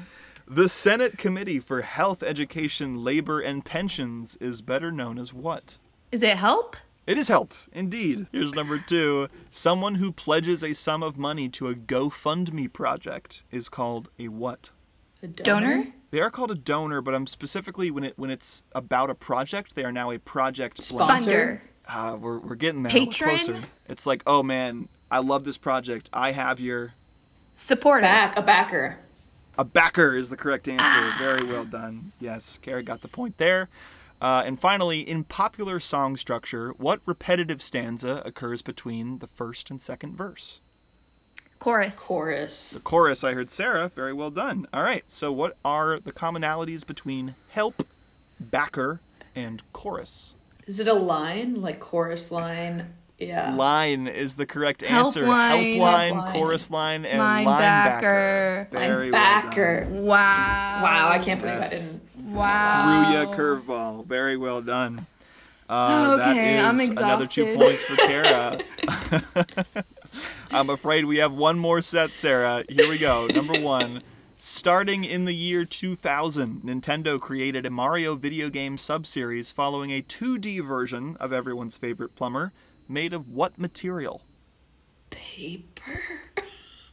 Speaker 1: The Senate Committee for Health, Education, Labor, and Pensions is better known as what?
Speaker 3: Is it help?
Speaker 1: It is help, indeed. Here's number two. Someone who pledges a sum of money to a GoFundMe project is called a what?
Speaker 2: A
Speaker 3: Donor?
Speaker 1: They are called a donor, but I'm specifically when it when it's about a project, they are now a project
Speaker 2: Spon-
Speaker 1: blank.
Speaker 3: Funder.
Speaker 1: Ah, we're we're getting there.
Speaker 3: Patron?
Speaker 1: We're closer. It's like, oh man, I love this project. I have your
Speaker 3: Supporter.
Speaker 2: Back a backer.
Speaker 1: a backer is the correct answer. Very well done. Yes, Kara got the point there. Uh, and finally, in popular song structure, what repetitive stanza occurs between the first and second verse?
Speaker 3: Chorus.
Speaker 2: Chorus.
Speaker 1: Chorus, I heard Sarah. Very well done. All right. So, what are the commonalities between help, backer, and chorus?
Speaker 2: Is it a line? Like chorus line? Yeah.
Speaker 1: line is the correct
Speaker 3: Help
Speaker 1: answer.
Speaker 3: line.
Speaker 1: Helpline,
Speaker 2: Helpline.
Speaker 1: chorus line, and linebacker.
Speaker 3: Linebacker.
Speaker 1: Very
Speaker 2: backer.
Speaker 3: Wow.
Speaker 2: Wow, I can't believe I
Speaker 1: Yes.
Speaker 2: didn't.
Speaker 1: Well
Speaker 3: Wow.
Speaker 1: done. Threw ya curveball. Very well done. Uh,
Speaker 3: Okay,
Speaker 1: that
Speaker 3: I'm
Speaker 1: is another two
Speaker 3: exhausted.
Speaker 1: points for Kara. I'm afraid we have one more set, Sarah. Here we go. Number one. Starting in the year 2000, Nintendo created a Mario video game subseries following a 2D version of everyone's favorite plumber, made of what material?
Speaker 2: Paper?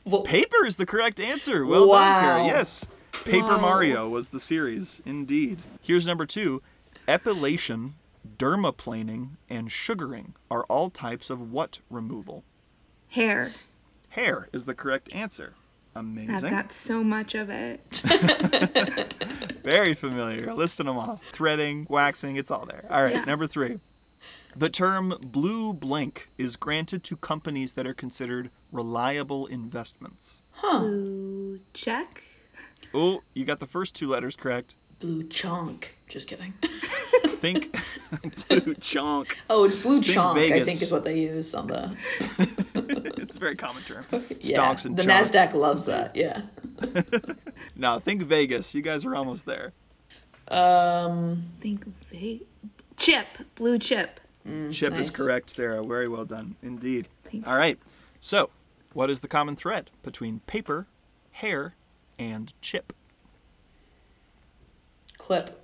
Speaker 2: Well,
Speaker 1: Paper is the correct answer. Well done, Kara.
Speaker 2: Wow.
Speaker 1: Yes. Paper
Speaker 2: Wow.
Speaker 1: Mario was the series, indeed. Here's number two epilation, dermaplaning, and sugaring are all types of what removal?
Speaker 3: Hair.
Speaker 1: Hair is the correct answer.
Speaker 3: I've
Speaker 1: Amazing.
Speaker 3: got so much of it.
Speaker 1: Very familiar. Listen them all. Threading, waxing, it's all there. All right,
Speaker 3: Yeah.
Speaker 1: number three. The term blue blank is granted to companies that are considered reliable investments.
Speaker 2: huh.
Speaker 3: Blue check.
Speaker 1: Oh, you got the first two letters correct.
Speaker 2: Blue chunk. Just kidding.
Speaker 1: Think blue chonk.
Speaker 2: Oh, it's blue chunk, I think
Speaker 1: Vegas.
Speaker 2: is what they use on the.
Speaker 1: It's a very common term.
Speaker 2: Yeah.
Speaker 1: Stonks and
Speaker 2: the
Speaker 1: chonks.
Speaker 2: NASDAQ loves that, yeah.
Speaker 1: No, think Vegas. You guys are almost there.
Speaker 2: Um,
Speaker 3: Think of it. Chip. Blue chip.
Speaker 1: Chip is
Speaker 2: nice.
Speaker 1: correct, Sarah. Very well done. Indeed.
Speaker 3: Mm, Thank
Speaker 1: All right. So, what is the common thread between paper, hair, and chip?
Speaker 2: clip.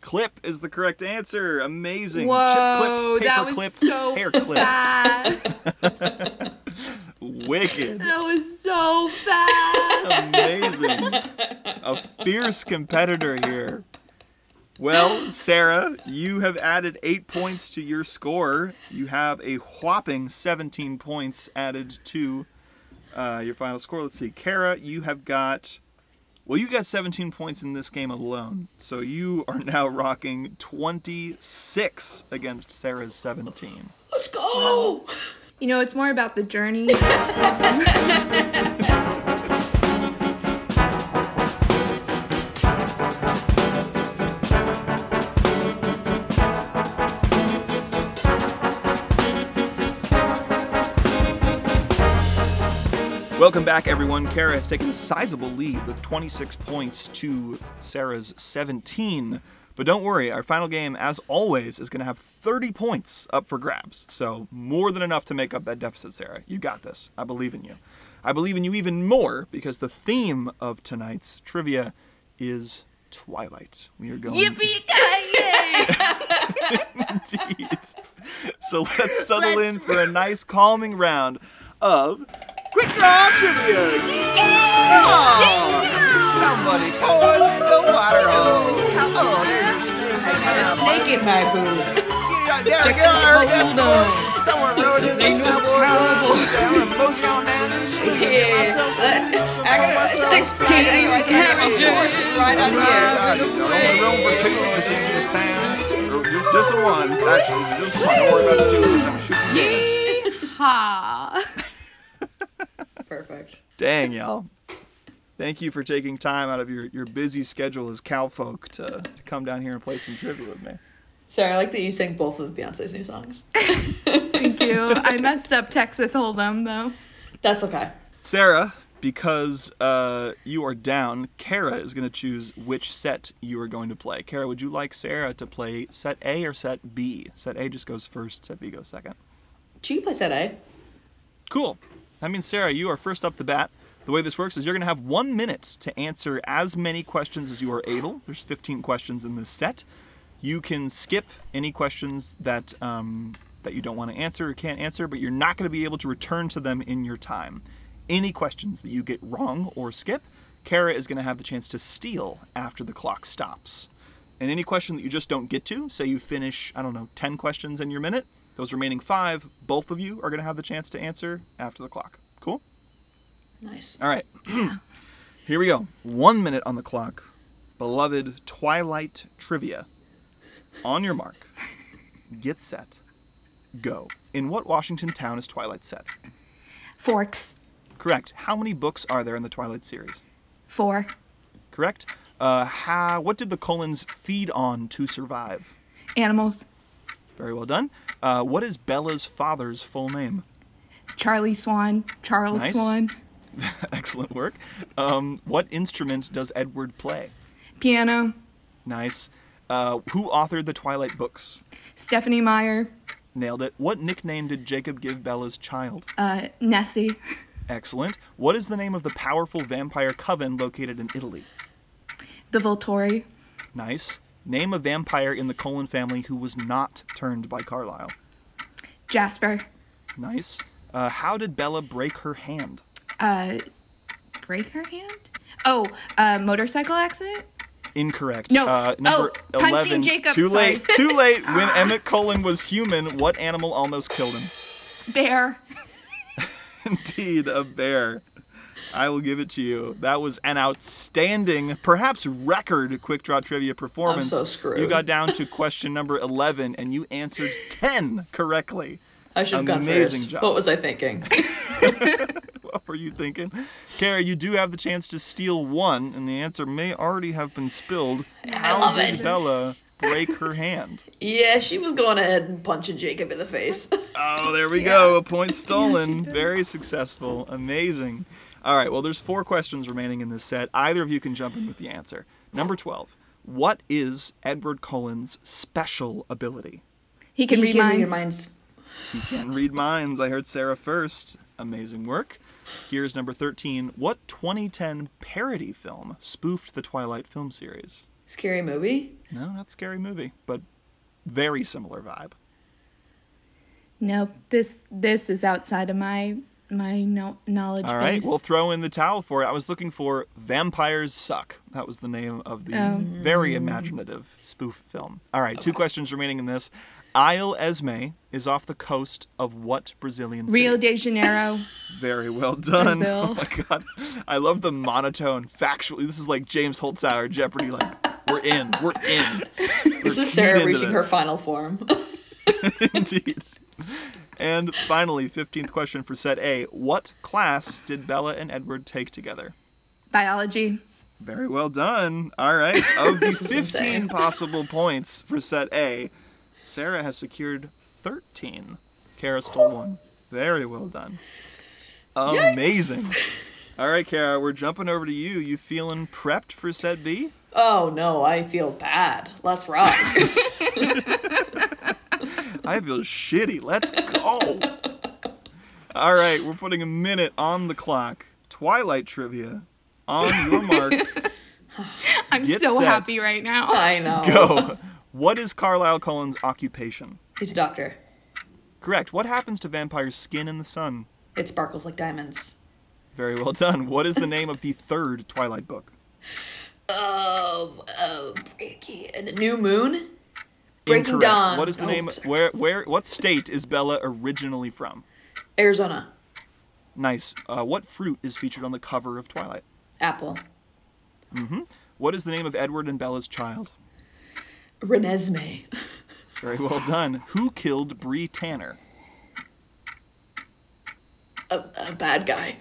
Speaker 1: Clip is the correct answer. Amazing.
Speaker 3: Whoa,
Speaker 1: chip clip, paper
Speaker 3: that was
Speaker 1: clip,
Speaker 3: so
Speaker 1: hair clip.
Speaker 3: fast.
Speaker 1: Wicked.
Speaker 3: that was so fast.
Speaker 1: Amazing. A fierce competitor here. Well, Sarah, you have added eight points to your score. You have a whopping 17 points added to uh, your final score. Let's see. Kara, you have got. Well, you got 17 points in this game alone. So you are now rocking 26 against Sarah's 17.
Speaker 2: Let's go!
Speaker 3: You know, it's more about the journey.
Speaker 1: Welcome back, everyone. Kara has taken a sizable lead with 26 points to Sarah's 17. But don't worry, our final game, as always, is going to have 30 points up for grabs. So, more than enough to make up that deficit, Sarah. You got this. I believe in you. I believe in you even more because the theme of tonight's trivia is Twilight. We are going
Speaker 3: Yippee ki yay!
Speaker 1: Indeed. So let's settle
Speaker 3: Let's
Speaker 1: in for a nice calming round of quick draw trivia. Somebody pours in the water hole. Oh, there's-
Speaker 2: Got a snake in my boot.
Speaker 1: yeah, there you are. That's- Someone wrote it in the cowboy. Mosey on down the street.
Speaker 2: Yeah, let's. I got a 16. I got a portion right on here.
Speaker 1: I don't want room for two of us in this town. Or ju- Just the one, actually. Just the one. Don't worry about the two of us. I'm shooting you down.
Speaker 3: Yeehaw.
Speaker 2: Perfect.
Speaker 1: Dang, y'all. Thank you for taking time out of your, your busy schedule as cowfolk to, to come down here and play some trivia with me.
Speaker 2: Sarah, I like that you sang both of Beyonce's new songs.
Speaker 3: Thank you. I messed up Texas Hold'em though.
Speaker 2: That's okay.
Speaker 1: Sarah, because uh, you are down, Kara is going to choose which set you are going to play. Kara, would you like Sarah to play set A or set B? Set A just goes first, set B goes second.
Speaker 2: She can play set A.
Speaker 1: Cool. That means, Sarah, you are first up the bat. The way this works is you're going to have one minute to answer as many questions as you are able. There's 15 questions in this set. You can skip any questions that um, that you don't want to answer or can't answer, but you're not going to be able to return to them in your time. Any questions that you get wrong or skip, Kara is going to have the chance to steal after the clock stops. And any question that you just don't get to, say you finish, I don't know, 10 questions in your minute, those remaining five, both of you are going to have the chance to answer after the clock. Cool?
Speaker 2: Nice.
Speaker 1: All right. Here we go. One minute on the clock. Beloved Twilight trivia. On your mark. Get set. Go. In what Washington town is Twilight set?
Speaker 3: Forks.
Speaker 1: Correct. How many books are there in the Twilight series?
Speaker 3: Four.
Speaker 1: Correct. Uh, how, what did the Cullens feed on to survive?
Speaker 3: Animals.
Speaker 1: Very well done. Uh, what is Bella's father's full name?
Speaker 3: Charlie Swan. Charles
Speaker 1: Nice.
Speaker 3: Swan.
Speaker 1: Excellent work. Um, what instrument does Edward play?
Speaker 3: Piano.
Speaker 1: Nice. Uh, who authored the Twilight books?
Speaker 3: Stephanie Meyer.
Speaker 1: Nailed it. What nickname did Jacob give Bella's child?
Speaker 3: Uh, Nessie.
Speaker 1: Excellent. What is the name of the powerful vampire coven located in Italy?
Speaker 3: The Volturi.
Speaker 1: Nice. Name a vampire in the Colin family who was not turned by Carlisle.
Speaker 3: Jasper.
Speaker 1: Nice. Uh, how did Bella break her hand?
Speaker 3: Uh, break her hand? Oh, uh, motorcycle accident?
Speaker 1: Incorrect.
Speaker 3: No.
Speaker 1: Uh, number
Speaker 3: Oh, punching
Speaker 1: 11.
Speaker 3: Jacob,
Speaker 1: Too
Speaker 3: sorry.
Speaker 1: late. Too late. When Emmett Cullen was human, what animal almost killed him?
Speaker 3: Bear.
Speaker 1: Indeed, a bear. I will give it to you. That was an outstanding, perhaps record quick draw trivia performance.
Speaker 2: so screwed.
Speaker 1: You got down to question number 11 and you answered 10 correctly.
Speaker 2: I should have gone
Speaker 1: Amazing
Speaker 2: first.
Speaker 1: job.
Speaker 2: What was I thinking?
Speaker 1: What were you thinking? Kara, you do have the chance to steal one, and the answer may already have been spilled. How
Speaker 2: love
Speaker 1: did
Speaker 2: it.
Speaker 1: Bella break her hand?
Speaker 2: yeah, she was going ahead and punching Jacob in the face.
Speaker 1: Oh, there we go. A point stolen. Very successful. Amazing. All right. Well, there's four questions remaining in this set. Either of you can jump in with the answer. Number 12. What is Edward Cullen's special ability?
Speaker 3: He can read
Speaker 2: read
Speaker 3: minds.
Speaker 2: your minds.
Speaker 1: He can read minds. I heard Sarah first. Amazing work. Here's number 13. What 2010 parody film spoofed the Twilight film series?
Speaker 2: Scary movie.
Speaker 1: No, not scary movie, but very similar vibe.
Speaker 3: Nope. This this is outside of my my no- knowledge
Speaker 1: All right,
Speaker 3: base.
Speaker 1: we'll throw in the towel for it. I was looking for Vampires Suck. That was the name of the
Speaker 2: Oh.
Speaker 1: very imaginative spoof film. All right, two questions remaining in this. Isle Esme is off the coast of what Brazilian city?
Speaker 3: Rio de Janeiro.
Speaker 1: Very well done.
Speaker 3: Brazil.
Speaker 1: Oh my god. I love the monotone, factually. This is like James Holtzauer Jeopardy like we're in. We're in.
Speaker 2: This is Sarah reaching her
Speaker 1: final.
Speaker 2: final form.
Speaker 1: Indeed. And finally, 15th question for set A. What class did Bella and Edward take together?
Speaker 3: Biology.
Speaker 1: Very well done. All right. Of the 15
Speaker 2: insane.
Speaker 1: possible points for set A, Sarah has secured 13. Kara stole one. Very well done. Amazing. All right, Kara, we're jumping over to you. You feeling prepped for set B?
Speaker 2: oh no, I feel bad. Let's rock.
Speaker 1: I feel shitty. Let's go. All right, we're putting a minute on the clock. Twilight trivia on your mark.
Speaker 3: I'm
Speaker 1: Get
Speaker 3: so
Speaker 1: set.
Speaker 3: happy right now.
Speaker 2: I know.
Speaker 1: Go. What is Carlisle Cullen's occupation?
Speaker 2: He's a doctor.
Speaker 1: Correct. What happens to vampires' skin in the sun?
Speaker 2: It sparkles like diamonds.
Speaker 1: Very well done. What is the name of the third Twilight book?
Speaker 2: Oh, oh, Breaky. and New Moon? Breaking Dawn.
Speaker 1: What is the
Speaker 2: Oh,
Speaker 1: name?
Speaker 2: sorry.
Speaker 1: Where? Where? What state is Bella originally from?
Speaker 2: Arizona.
Speaker 1: Nice. Uh, what fruit is featured on the cover of Twilight?
Speaker 2: Apple.
Speaker 1: What is the name of Edward and Bella's child?
Speaker 2: Renesmee.
Speaker 1: Very well done. Who killed Bree Tanner?
Speaker 2: A, a bad guy.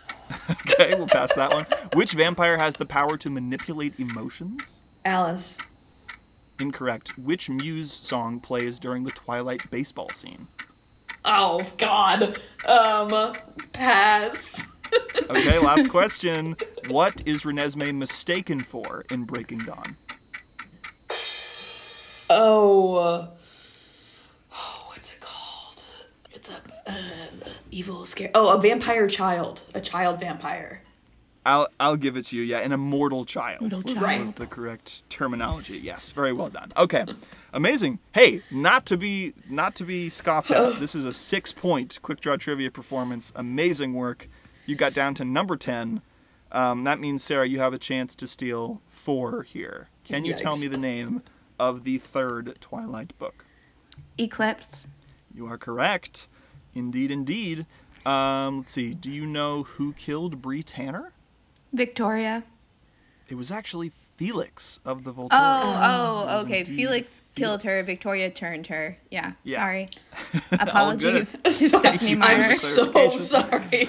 Speaker 1: okay, we'll pass that one. Which vampire has the power to manipulate emotions?
Speaker 2: Alice.
Speaker 1: Incorrect. Which Muse song plays during the Twilight baseball scene?
Speaker 2: Oh God. Um. Pass.
Speaker 1: Okay, last question. What is Renesmee mistaken for in Breaking Dawn?
Speaker 2: Oh. uh, Oh, what's it called? It's a uh, evil scare. Oh, a vampire child. A child vampire.
Speaker 1: I'll I'll give it to you. Yeah, an immortal child.
Speaker 3: Immortal
Speaker 1: was,
Speaker 2: child.
Speaker 1: was the correct terminology. Yes, very well done. Okay, amazing. Hey, not to be not to be scoffed at. This is a six point quick draw trivia performance. Amazing work. You got down to number ten. Um, that means Sarah, you have a chance to steal four here. Can you tell
Speaker 2: Yikes.
Speaker 1: me the name of the third Twilight book?
Speaker 3: Eclipse.
Speaker 1: You are correct. Indeed, indeed. Um, let's see. Do you know who killed Bree Tanner?
Speaker 3: Victoria.
Speaker 1: It was actually Felix of the Volturi. um, It
Speaker 3: Oh, oh,
Speaker 1: was
Speaker 3: okay.
Speaker 1: indeed
Speaker 3: Felix killed her.
Speaker 1: Felix.
Speaker 3: Victoria turned her. Yeah.
Speaker 1: Yeah.
Speaker 3: Sorry.
Speaker 1: All good.
Speaker 3: Apologies to Stephanie
Speaker 2: I'm
Speaker 3: Meyer.
Speaker 2: so
Speaker 1: Clarification.
Speaker 2: sorry.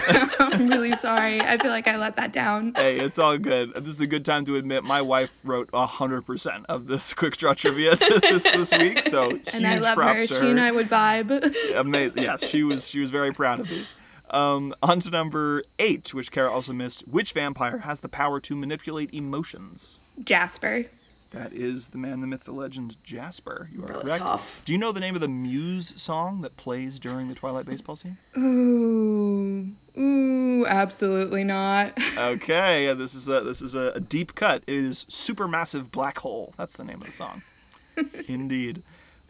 Speaker 3: I'm really sorry. I feel like I let that down.
Speaker 1: Hey, it's all good. This is a good time to admit my wife wrote 100% of this quick draw trivia this, this week, so huge
Speaker 3: And I love
Speaker 1: props
Speaker 3: her.
Speaker 1: to her.
Speaker 3: She and I would vibe.
Speaker 1: Amazing. Yes, she was she was very proud of these. Um, on to number 8, which Kara also missed. Which vampire has the power to manipulate emotions?
Speaker 3: Jasper.
Speaker 1: That is the man, the myth, the legend, Jasper. You are
Speaker 2: Really
Speaker 1: correct.
Speaker 2: tough.
Speaker 1: Do you know the name of the Muse song that plays during the Twilight baseball scene?
Speaker 3: Ooh. Ooh, absolutely not.
Speaker 1: Okay, yeah, this is a this is a, a deep cut. It is supermassive black hole. That's the name of the song. Indeed.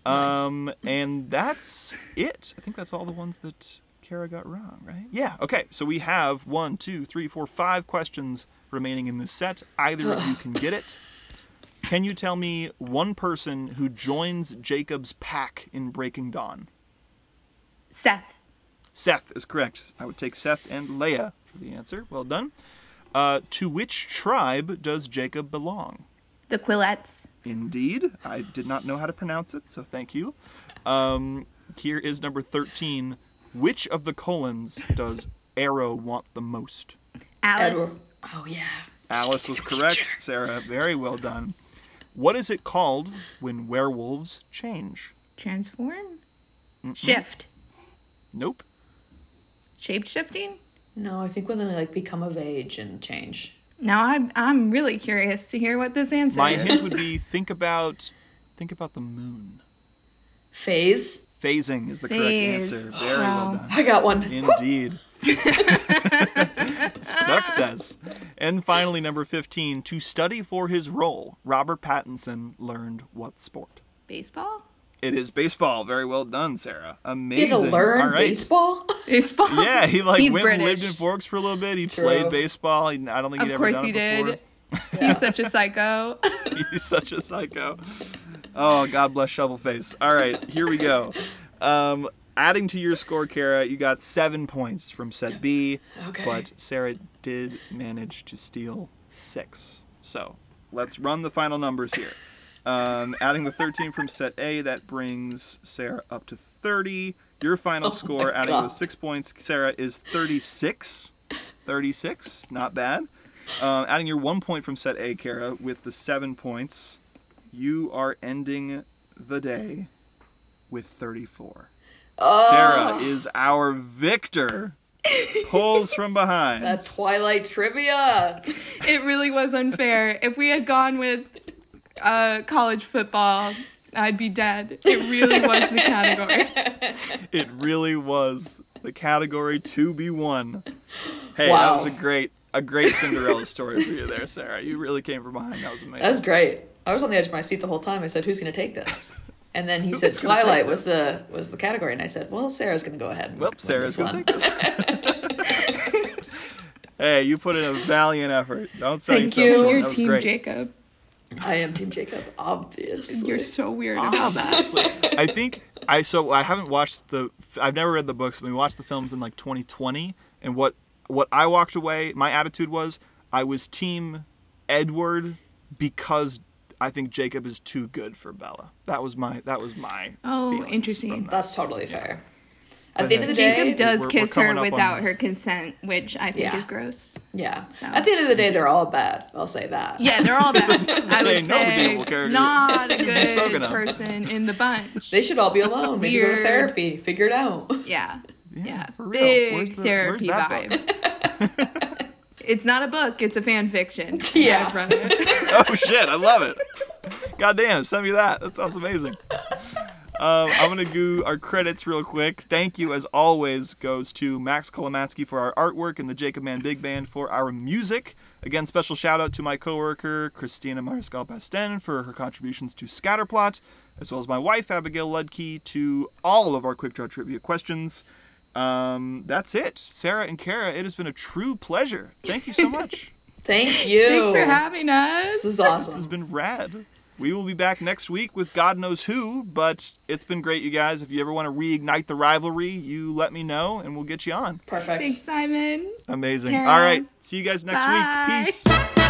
Speaker 1: Um, and that's it. I think that's all the ones that Kara got wrong, right? Yeah. Okay. So we have one, two, three, four, five questions remaining in this set. Either of you can get it. Can you tell me one person who joins Jacob's pack in Breaking Dawn?
Speaker 3: Seth.
Speaker 1: Seth is correct. I would take Seth and Leah for the answer. Well done. Uh, to which tribe does Jacob belong?
Speaker 3: The Quillettes.
Speaker 1: Indeed. I did not know how to pronounce it, so thank you. Um, here is number 13. Which of the colons does Arrow want the most?
Speaker 3: Alice.
Speaker 2: Edward. Oh yeah.
Speaker 1: Alice was correct, Sarah. Very well done. What is it called when werewolves change?
Speaker 3: Transform. Shift.
Speaker 1: Nope.
Speaker 3: Shape shifting.
Speaker 2: No, I think when they like become of age and change.
Speaker 3: Now I'm I'm really curious to hear what this answer
Speaker 1: My
Speaker 3: is.
Speaker 1: hint would be think about think about the moon.
Speaker 2: Phase.
Speaker 1: Phasing is the
Speaker 3: Phase.
Speaker 1: correct answer. Very well
Speaker 3: Wow.
Speaker 1: done.
Speaker 2: I got one.
Speaker 1: Indeed. Success. And finally, number 15. To study for his role, Robert Pattinson learned what sport?
Speaker 3: Baseball.
Speaker 1: It is baseball. Very well done, Sarah. Amazing.
Speaker 2: You had to learn
Speaker 1: All right.
Speaker 2: baseball.
Speaker 3: Baseball.
Speaker 1: Yeah, he like
Speaker 3: He's
Speaker 1: went,
Speaker 3: British.
Speaker 1: lived in Forks for a little bit. He
Speaker 2: True.
Speaker 1: played baseball. He, I don't think he'd
Speaker 3: Of
Speaker 1: ever
Speaker 3: course
Speaker 1: done
Speaker 3: he
Speaker 1: it before.
Speaker 3: did. He's such a psycho.
Speaker 1: He's such a psycho. Oh, God bless Shovelface. All right, here we go. Um, adding to your score, Kara, you got seven points from set B,
Speaker 2: Okay.
Speaker 1: but Sarah did manage to steal six. So let's run the final numbers here. Um, adding the 13 from set A, that brings Sarah up to 30. Your final score, adding
Speaker 2: God.
Speaker 1: those six points, Sarah, is 36. 36, not bad. Um, adding your one point from set A, Kara, with the seven points, you are ending the day with 34. Sarah is our victor. Pulls from behind.
Speaker 2: That Twilight trivia.
Speaker 3: it really was unfair. If we had gone with uh, college football, I'd be dead. It really was the category.
Speaker 1: it really was the category to be won. Hey, that
Speaker 2: Wow.
Speaker 1: was a great a great Cinderella story for you there, Sarah. You really came from behind. That was amazing.
Speaker 2: That was great. I was on the edge of my seat the whole time. I said, "Who's going to take this?" And then he said,
Speaker 1: Who's gonna take
Speaker 2: "Twilight
Speaker 1: this?
Speaker 2: was the was the category," and I said, "Well, Sarah's going to go ahead." and
Speaker 1: well,
Speaker 2: win
Speaker 1: Sarah's
Speaker 2: this
Speaker 1: gonna take
Speaker 2: one."
Speaker 1: this. hey, you put in a valiant effort. Don't say
Speaker 2: Thank
Speaker 1: yourself
Speaker 2: you.
Speaker 1: short.
Speaker 3: You're
Speaker 1: That was
Speaker 3: Team
Speaker 1: great.
Speaker 3: Jacob.
Speaker 2: I am Team Jacob, obviously.
Speaker 3: You're so weird about that.
Speaker 1: I think I so I haven't watched the I've never read the books. But we watched the films in like 2020, and what what I walked away my attitude was I was team Edward because I think Jacob is too good for Bella. That was my that was my
Speaker 3: Oh,
Speaker 1: feelings
Speaker 3: interesting.
Speaker 1: from that.
Speaker 2: That's totally fair. At the end of the day,
Speaker 3: Jacob does
Speaker 1: We're- we're
Speaker 3: kiss
Speaker 1: coming
Speaker 3: her
Speaker 1: up on-
Speaker 3: without her consent, which I think
Speaker 2: Yeah.
Speaker 3: is gross.
Speaker 2: yeah. At the end of the day, they're all bad. I'll say that.
Speaker 3: Yeah, they're all bad. I
Speaker 1: They
Speaker 3: would
Speaker 1: know to be
Speaker 3: say
Speaker 1: able characters
Speaker 3: not a
Speaker 1: to be
Speaker 3: good
Speaker 1: spoken of.
Speaker 3: person in the bunch.
Speaker 2: They should all be alone. Maybe go to
Speaker 3: Weird.
Speaker 2: therapy. Figure it out.
Speaker 3: yeah, yeah,
Speaker 1: for real.
Speaker 3: big
Speaker 1: Where's the- where's
Speaker 3: therapy
Speaker 1: that
Speaker 3: vibe. it's not a book; it's a fan fiction.
Speaker 2: Yeah.
Speaker 3: My brother.
Speaker 1: oh shit, I love it. God damn, send me that. That sounds amazing. Um, I'm gonna do our credits real quick. Thank you, as always, goes to Max Kolomatsky for our artwork and the Jacob Man Big Band for our music. Again, special shout out to my coworker Christina Mariscal Pasten for her contributions to Scatterplot, as well as my wife Abigail Ludkey to all of our quick draw trivia questions. Um, that's it, Sarah and Kara. It has been a true pleasure. Thank you so much.
Speaker 2: Thank you.
Speaker 3: Thanks for having us.
Speaker 2: This was
Speaker 1: This has
Speaker 2: awesome.
Speaker 1: been rad. We will be back next week with God knows who, but it's been great, you guys. If you ever want to reignite the rivalry, you let me know and we'll get you on.
Speaker 2: Perfect.
Speaker 3: Thanks, Simon.
Speaker 1: Amazing.
Speaker 3: Kara.
Speaker 1: All right. See you guys next
Speaker 3: Bye.
Speaker 1: week. Peace.